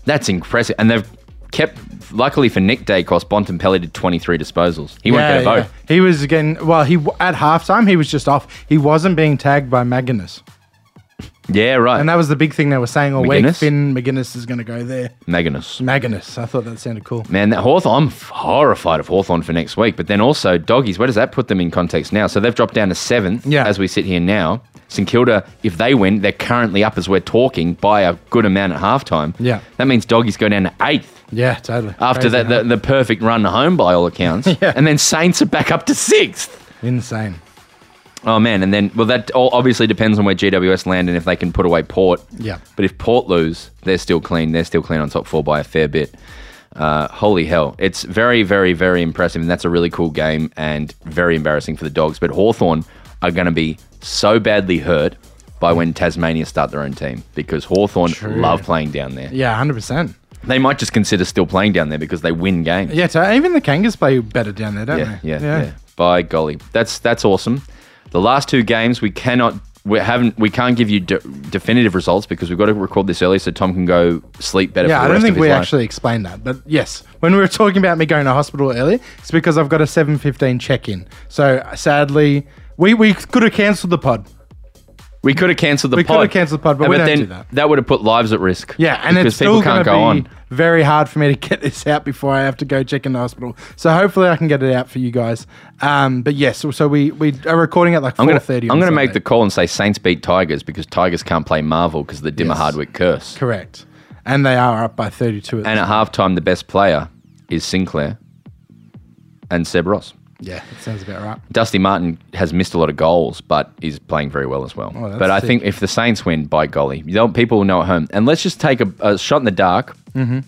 Speaker 2: that's impressive. And they've kept luckily for Nick Dacos, Bontempelli did 23 disposals. He won't
Speaker 3: yeah,
Speaker 2: get a vote.
Speaker 3: yeah. He was again. Well, he at halftime he was just off. He wasn't being tagged by Magnus,
Speaker 2: Yeah, right.
Speaker 3: and that was the big thing they were saying all week.
Speaker 2: McGuinness?
Speaker 3: Finn McGuinness is going to go there.
Speaker 2: Magnus.
Speaker 3: Magnus, I thought that sounded cool.
Speaker 2: Man, that Hawthorn, I'm horrified of Hawthorn for next week. But then also, doggies, where does that put them in context now? So they've dropped down to seventh
Speaker 3: Yeah.
Speaker 2: as we sit here now. St Kilda, if they win, they're currently up as we're talking by a good amount at halftime.
Speaker 3: Yeah.
Speaker 2: That means doggies go down to eighth.
Speaker 3: Yeah, totally.
Speaker 2: after
Speaker 3: Crazy,
Speaker 2: that, the,
Speaker 3: huh?
Speaker 2: the perfect run home by all accounts.
Speaker 3: <laughs> Yeah.
Speaker 2: And then Saints are back up to sixth.
Speaker 3: insane.
Speaker 2: Oh, man. And then, well, that all obviously depends on where GWS land and if they can put away Port.
Speaker 3: Yeah.
Speaker 2: But if Port lose, they're still clean. They're still clean on top four by a fair bit. Uh, holy hell. It's very, very, very impressive. And that's a really cool game and very embarrassing for the dogs. But Hawthorn are going to be so badly hurt by when Tasmania start their own team because Hawthorn love playing down there.
Speaker 3: Yeah, hundred percent.
Speaker 2: They might just consider still playing down there because they win games.
Speaker 3: Yeah, so even the Kangas play better down there, don't
Speaker 2: yeah,
Speaker 3: they?
Speaker 2: yeah, yeah, By golly, that's that's awesome. The last two games we cannot, we haven't, we can't give you de- definitive results because we've got to record this early so Tom can go sleep better.
Speaker 3: Yeah,
Speaker 2: for
Speaker 3: I
Speaker 2: the
Speaker 3: don't
Speaker 2: rest
Speaker 3: think
Speaker 2: of his
Speaker 3: we
Speaker 2: life.
Speaker 3: actually explained that, but yes, when we were talking about me going to hospital earlier, it's because I've got a seven fifteen check in. So sadly, we, we could have cancelled the pod.
Speaker 2: we could have cancelled the
Speaker 3: we
Speaker 2: pod.
Speaker 3: could have cancelled the pod, but
Speaker 2: And-
Speaker 3: we don't
Speaker 2: then
Speaker 3: do that.
Speaker 2: would have put lives at risk.
Speaker 3: Yeah, and
Speaker 2: because
Speaker 3: it's still
Speaker 2: people
Speaker 3: going
Speaker 2: can't
Speaker 3: to
Speaker 2: go on.
Speaker 3: be very hard for me to <laughs> get this out before I have to go check in the hospital. So hopefully I can get it out for you guys. Um, but yes, so we we are recording at like
Speaker 2: I'm
Speaker 3: four
Speaker 2: gonna,
Speaker 3: thirty.
Speaker 2: I'm gonna make the call and say Saints beat Tigers because Tigers can't play Marvel because of the Dimmer
Speaker 3: Yes.
Speaker 2: Hardwick curse.
Speaker 3: correct, and they are up by thirty two.
Speaker 2: And at halftime, the best player is Sinclair and Seb Ross.
Speaker 3: <laughs> yeah, that sounds about right.
Speaker 2: <laughs>
Speaker 3: <laughs>
Speaker 2: Dusty Martin has missed a lot of goals, but is playing very well as well.
Speaker 3: Oh, that's
Speaker 2: but I
Speaker 3: sick.
Speaker 2: think if the Saints win, by golly, you know, people will know at home. And let's just take a, a shot in the dark. Mm-hmm.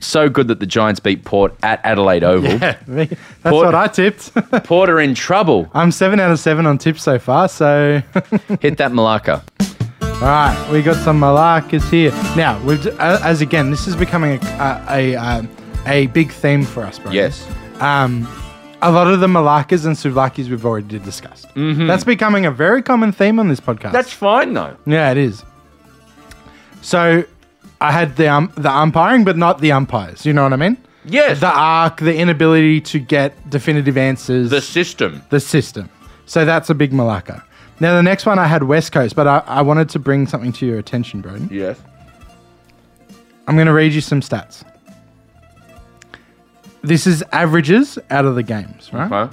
Speaker 2: So good that the Giants beat Port at Adelaide Oval.
Speaker 3: Yeah, me- that's
Speaker 2: Port-
Speaker 3: what I tipped.
Speaker 2: <laughs>
Speaker 3: <laughs>
Speaker 2: Port are in trouble.
Speaker 3: I'm seven out of seven on tips so far. So <laughs>
Speaker 2: Hit that Malacca.
Speaker 3: all right, we got some malakas here. Now we've d- a- as again, this is becoming a a a, um, a big theme for us, bro.
Speaker 2: Yes.
Speaker 3: um, a lot of the malakas and souvlakis we've already discussed. That's becoming a very common theme on this podcast.
Speaker 2: Mm-hmm. That's fine, though.
Speaker 3: yeah, it is. So I had the um, the umpiring, but not the umpires. You know what I mean?
Speaker 2: Yes.
Speaker 3: The arc, the inability to get definitive answers,
Speaker 2: The system.
Speaker 3: the system. So that's a big malaka. Now the next one I had West Coast, but I, I wanted to bring something to your attention, Broden.
Speaker 2: Yes.
Speaker 3: I'm going to read you some stats. This is averages out of the games, right?
Speaker 2: Huh?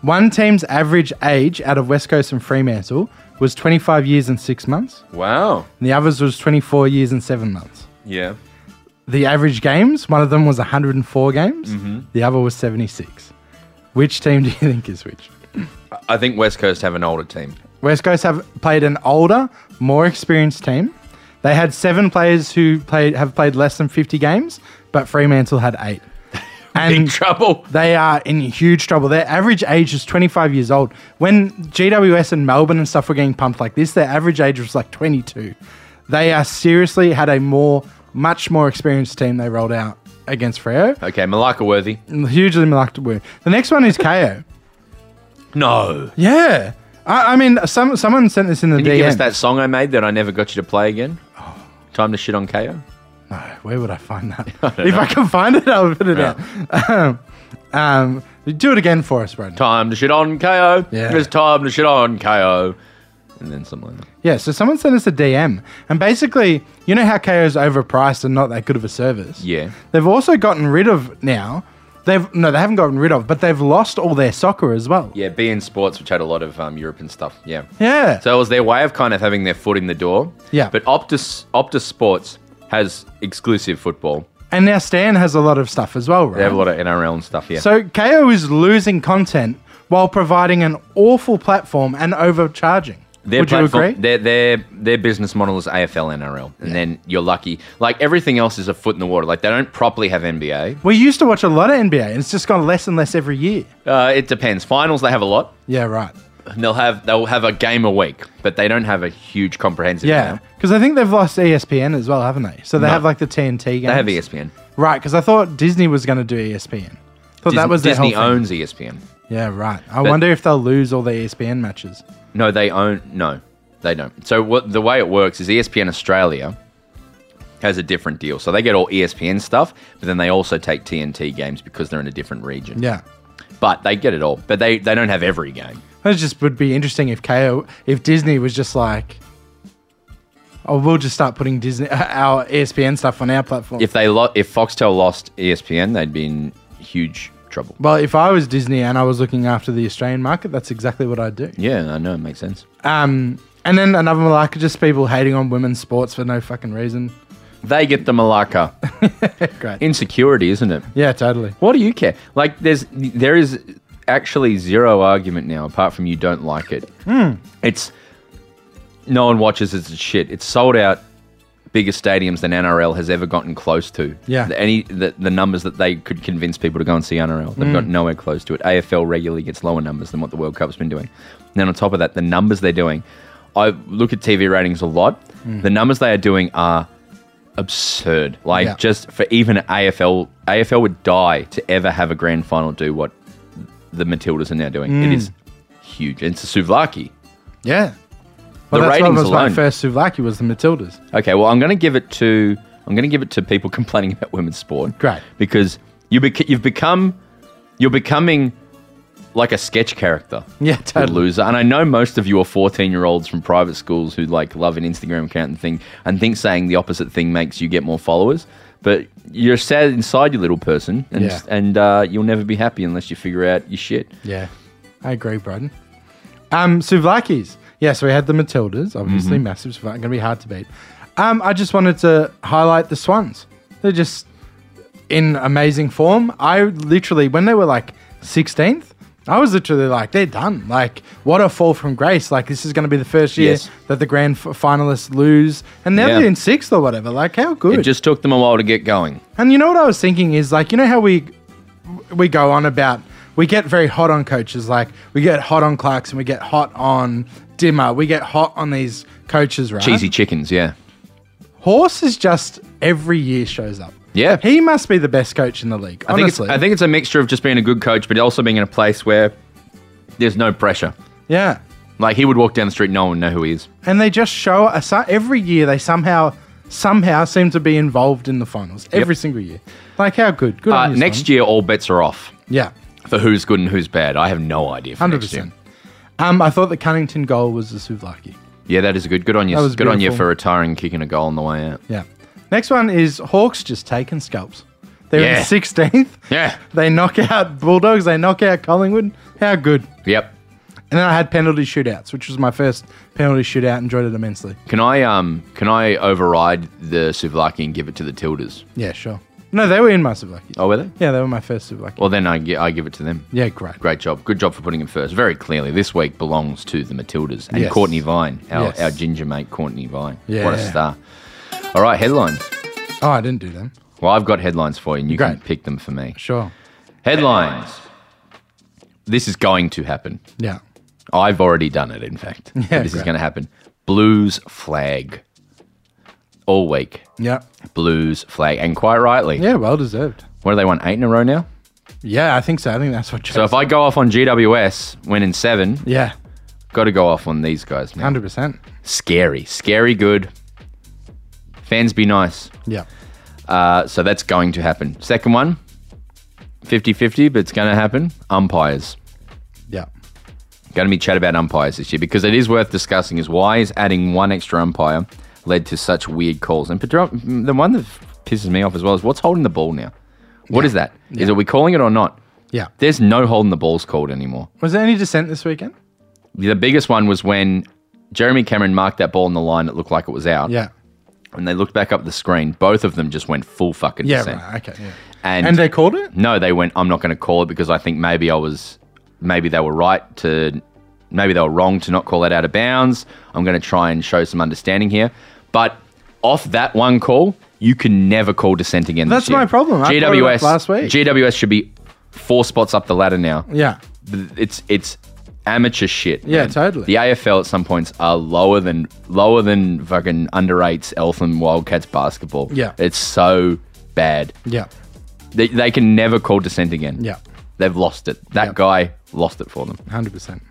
Speaker 3: One team's average age out of West Coast and Fremantle was 25 years and six months,
Speaker 2: Wow.
Speaker 3: and the others was 24 years and seven months.
Speaker 2: Yeah.
Speaker 3: The average games, one of them was 104 games,
Speaker 2: Mm-hmm.
Speaker 3: the other was 76. Which team <laughs> do you think is which?
Speaker 2: I think West Coast have an older team.
Speaker 3: West Coast have played an older, more experienced team. They had seven players who played have played less than 50 games, but Fremantle had eight.
Speaker 2: <laughs> Big
Speaker 3: And
Speaker 2: trouble.
Speaker 3: they are in huge trouble. Their average age is 25 years old. When GWS and Melbourne and stuff were getting pumped like this, their average age was like 22. They are seriously had a more, much more experienced team they rolled out against Freo.
Speaker 2: Okay, Malika Worthy.
Speaker 3: Hugely maligned word. The next one is KO.
Speaker 2: No.
Speaker 3: <laughs> Yeah. I, I mean, some, someone sent this in the Oh.
Speaker 2: Can
Speaker 3: DM.
Speaker 2: you give us that song I made that I never got you to play again? Time to shit on KO?
Speaker 3: Where would I
Speaker 2: <laughs>
Speaker 3: find that? if I can find it, I'll put it out. <laughs> um, do it again for us, Brad.
Speaker 2: Time to shit on KO.
Speaker 3: Yeah.
Speaker 2: It's time to shit on KO. And then something like that.
Speaker 3: Yeah, so someone sent us a DM, and basically, you know how KO is overpriced and not that good of a service.
Speaker 2: Yeah.
Speaker 3: They've also gotten rid of now. They've no, they haven't gotten rid of, but they've lost all their soccer as well.
Speaker 2: Yeah, BN Sports, which had a lot of um, European stuff. Yeah.
Speaker 3: Yeah.
Speaker 2: So it was their way of kind of having their foot in the door.
Speaker 3: Yeah.
Speaker 2: But Optus Optus Sports has exclusive football.
Speaker 3: and now Stan has a lot of stuff as well, right?
Speaker 2: They have a lot of NRL and stuff here.
Speaker 3: So KO is losing content while providing an awful platform and overcharging.
Speaker 2: Their
Speaker 3: Would you
Speaker 2: platform-
Speaker 3: agree?
Speaker 2: Their, their their business model is AFL NRL, and then you're lucky. Like everything else is a foot in the water. Like they don't properly have NBA.
Speaker 3: We used to watch a lot of NBA, and it's just gone less and less every year.
Speaker 2: Uh, it depends. Finals they have a lot.
Speaker 3: Yeah, right.
Speaker 2: And they'll have they'll have a game a week, but they don't have a huge comprehensive.
Speaker 3: Yeah,
Speaker 2: game.
Speaker 3: because I think they've lost E ESPN as well, haven't they? So they
Speaker 2: No.
Speaker 3: have like the TNT games.
Speaker 2: they have E ESPN.
Speaker 3: Right, because I thought Disney was going to do E ESPN. Thought
Speaker 2: Dis-
Speaker 3: that was their
Speaker 2: Disney
Speaker 3: whole thing.
Speaker 2: owns E ESPN.
Speaker 3: Yeah, right. I wonder if they'll lose all their E ESPN matches.
Speaker 2: No, they own. No, they don't. So what the way it works is E ESPN Australia has a different deal. So they get all E ESPN stuff, but then they also take TNT games because they're in a different region.
Speaker 3: Yeah,
Speaker 2: But they get it all. But they they don't have every game.
Speaker 3: that just would be interesting if KO, if Disney was just like, oh, we'll just start putting Disney <laughs> our E ESPN stuff on our platform.
Speaker 2: If they lo- if Foxtel lost E ESPN, they'd be in huge trouble.
Speaker 3: well, if I was Disney and I was looking after the Australian market, that's exactly what I'd do.
Speaker 2: Yeah, I know it makes sense.
Speaker 3: Um, and then another malaka, just people hating on women's sports for no fucking reason.
Speaker 2: They get the malacca.
Speaker 3: <laughs> Great.
Speaker 2: Insecurity, isn't it?
Speaker 3: yeah, totally.
Speaker 2: What do you care? Like there's there is actually zero argument now apart from you don't like it. It's no one watches it's shit. It's sold out bigger stadiums than NRL has ever gotten close to.
Speaker 3: Yeah.
Speaker 2: The- Any the, the numbers that they could convince people to go and see NRL. They've got nowhere close to it. AFL regularly gets lower numbers than what the World Cup's been doing. And then on top of that, the numbers they're doing I look at TV ratings a lot. The numbers they are doing are absurd. Like
Speaker 3: Yeah.
Speaker 2: just for even AFL, AFL would die to ever have a grand final do what the Matildas are now doing. It is huge. And it's a Suvlaki.
Speaker 3: Yeah. Well,
Speaker 2: The
Speaker 3: that's
Speaker 2: ratings
Speaker 3: what was
Speaker 2: alone.
Speaker 3: my first Suvlaki was the Matildas.
Speaker 2: Okay, well, I'm going to give it to I'm going to give it to people <laughs> complaining about women's sport.
Speaker 3: Great.
Speaker 2: because you bec- you've become you're becoming like a sketch character.
Speaker 3: Yeah,
Speaker 2: you
Speaker 3: totally.
Speaker 2: Loser, and I know most of you are 14 year olds from private schools who like love an Instagram account and think and think saying the opposite thing makes you get more followers. But you're sad inside, you little person, and
Speaker 3: Yeah.
Speaker 2: and uh, you'll never be happy unless you figure out your shit.
Speaker 3: Yeah. I agree, Braden. Um, Suvlakis. Yeah, so we had the Matildas,
Speaker 2: Mm-hmm.
Speaker 3: obviously massive Suvlaki. Going to be hard to beat. Um, I just wanted to highlight the Swans. They're just in amazing form. I literally, when they were like 16th, I was literally like, they're done. Like, what a fall from grace. Like, this is going to be the first year
Speaker 2: Yes.
Speaker 3: that the grand f- finalists lose. And now
Speaker 2: Yeah.
Speaker 3: they're in sixth or whatever. Like, how good.
Speaker 2: It just took them a while to get going.
Speaker 3: And you know what I was thinking is like you know how we we go on about we get very hot on coaches like we get hot on Clarkson, we get hot on Dimmer, we get hot on these coaches, right?
Speaker 2: Cheesy chickens, yeah.
Speaker 3: Horse is just every year shows up.
Speaker 2: Yeah.
Speaker 3: he must be the best coach in the league.
Speaker 2: I think, it's,
Speaker 3: Honestly,
Speaker 2: I think it's a mixture of just being a good coach, but also being in a place where there's no pressure.
Speaker 3: yeah.
Speaker 2: Like he would walk down the street, no one would know who he is.
Speaker 3: And they just show us every year. They somehow somehow seem to be involved in the finals every single year. Like how good? Good.
Speaker 2: Uh,
Speaker 3: on you,
Speaker 2: next
Speaker 3: Simon.
Speaker 2: year, all bets are off
Speaker 3: yeah.
Speaker 2: for who's good and who's bad. I have no idea. For
Speaker 3: Hundred
Speaker 2: next year.
Speaker 3: percent. Um, I thought the Cunnington goal was the Suvlaki.
Speaker 2: Yeah, that is good. Good on you.
Speaker 3: That was
Speaker 2: Good on you
Speaker 3: beautiful.
Speaker 2: for retiring, and kicking a goal on the way out.
Speaker 3: Yeah. Next one is Hawks just taking scalps. They're
Speaker 2: Yeah.
Speaker 3: <laughs> in sixteenth.
Speaker 2: Yeah.
Speaker 3: They knock out Bulldogs. They knock out Collingwood. How good.
Speaker 2: Yep.
Speaker 3: And then I had penalty shootouts, which was my first penalty shootout. Enjoyed it immensely.
Speaker 2: Can I um can I override the Suvlaki and give it to the Tildas?
Speaker 3: Yeah, sure. No, they were in my Souvlaki.
Speaker 2: Oh, were they?
Speaker 3: Yeah, they were my first Souvlaki.
Speaker 2: Well, then I, gi- I give it to them.
Speaker 3: yeah, great.
Speaker 2: Great job. Good job for putting it first. Very clearly, this week belongs to the Matildas and
Speaker 3: Yes.
Speaker 2: Courtney Vine, our,
Speaker 3: Yes.
Speaker 2: our ginger mate, Courtney Vine. What a
Speaker 3: Yeah.
Speaker 2: star. All right, headlines.
Speaker 3: Oh, I didn't do them.
Speaker 2: Well, I've got headlines for you, and you can
Speaker 3: Great.
Speaker 2: pick them for me.
Speaker 3: Sure.
Speaker 2: Headlines. This is going to happen.
Speaker 3: Yeah.
Speaker 2: I've already done it, in fact.
Speaker 3: <laughs> Yeah,
Speaker 2: this is
Speaker 3: great.
Speaker 2: going to happen. Blues flag. All week.
Speaker 3: Yeah.
Speaker 2: Blues flag. And quite rightly.
Speaker 3: Yeah, well deserved.
Speaker 2: What do they want? Eight in a row now?
Speaker 3: Yeah, I think so. I think that's what.
Speaker 2: So if I go off on GWS, winning seven,
Speaker 3: yeah,
Speaker 2: got to go off on these guys now.
Speaker 3: hundred percent.
Speaker 2: Scary. Scary good. Fans be nice.
Speaker 3: Yeah.
Speaker 2: Uh, so that's going to happen. Second one, 50 50, but it's going to happen. Umpires.
Speaker 3: Yeah.
Speaker 2: Going to be chat about umpires this year because it is worth discussing is why is adding one extra umpire led to such weird calls? And Pedro- the one that pisses me off as well is what's holding the ball now? What is that? Is it we calling it or not?
Speaker 3: Yeah.
Speaker 2: There's no holding the balls called anymore.
Speaker 3: Was there any dissent this weekend?
Speaker 2: The biggest one was when Jeremy Cameron marked that ball in the line that looked like it was out.
Speaker 3: Yeah.
Speaker 2: When they looked back up the screen, both of them just went full fucking
Speaker 3: Yeah.
Speaker 2: percent.
Speaker 3: Right. Okay. Yeah.
Speaker 2: And,
Speaker 3: And, Mm. they called it.
Speaker 2: no, they went. I'm not going to call it because I think maybe I was, maybe they were right to, maybe they were wrong to not call that out of bounds. I'm going to try and show some understanding here. But off that one call, you can never call dissent again. this
Speaker 3: That's
Speaker 2: year.
Speaker 3: my problem. I brought it up
Speaker 2: GWS
Speaker 3: last week.
Speaker 2: GWS should be four spots up the ladder now.
Speaker 3: Yeah.
Speaker 2: It's it's amateur shit.
Speaker 3: Yeah,
Speaker 2: man.
Speaker 3: totally.
Speaker 2: The AFL at some points are lower than lower than fucking under eights Eltham Wildcats basketball.
Speaker 3: Yeah.
Speaker 2: it's so bad.
Speaker 3: Yeah.
Speaker 2: They, they can never call dissent again.
Speaker 3: Yeah.
Speaker 2: They've lost it. That
Speaker 3: Yep.
Speaker 2: guy lost it for them.
Speaker 3: Hundred percent.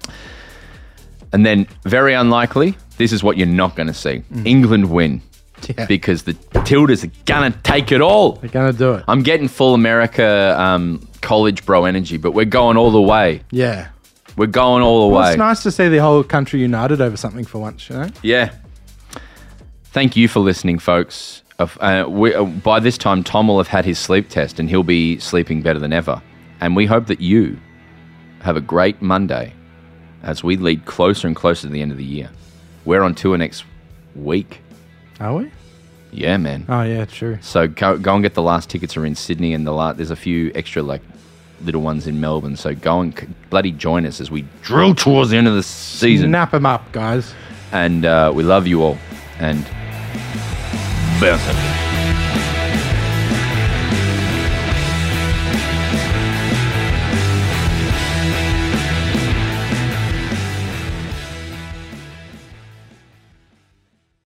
Speaker 2: And then, very unlikely, this is what you're not going to see England win
Speaker 3: Mm. <laughs> Yeah.
Speaker 2: because the Tildas are going to take it all.
Speaker 3: They're gonna do it.
Speaker 2: I'm getting full America um, college bro energy, but we're going all the way.
Speaker 3: yeah.
Speaker 2: We're going all the
Speaker 3: Well,
Speaker 2: way.
Speaker 3: it's nice to see the whole country united over something for once. You know.
Speaker 2: Yeah. Thank you for listening, folks. Of- Uh, we, uh, by this time, Tom will have had his sleep test and he'll be sleeping better than ever. And we hope that you have a great Monday as we lead closer and closer to the end of the year. We're on tour next week.
Speaker 3: Are we?
Speaker 2: Yeah, man.
Speaker 3: Oh yeah. True.
Speaker 2: So go, go and get the last tickets are in Sydney and the la- there's a few extra like little ones in Melbourne. So go and c- bloody join us as we drill towards the end of the season.
Speaker 3: Nap them up, guys.
Speaker 2: And uh, we love you all. And bounce up.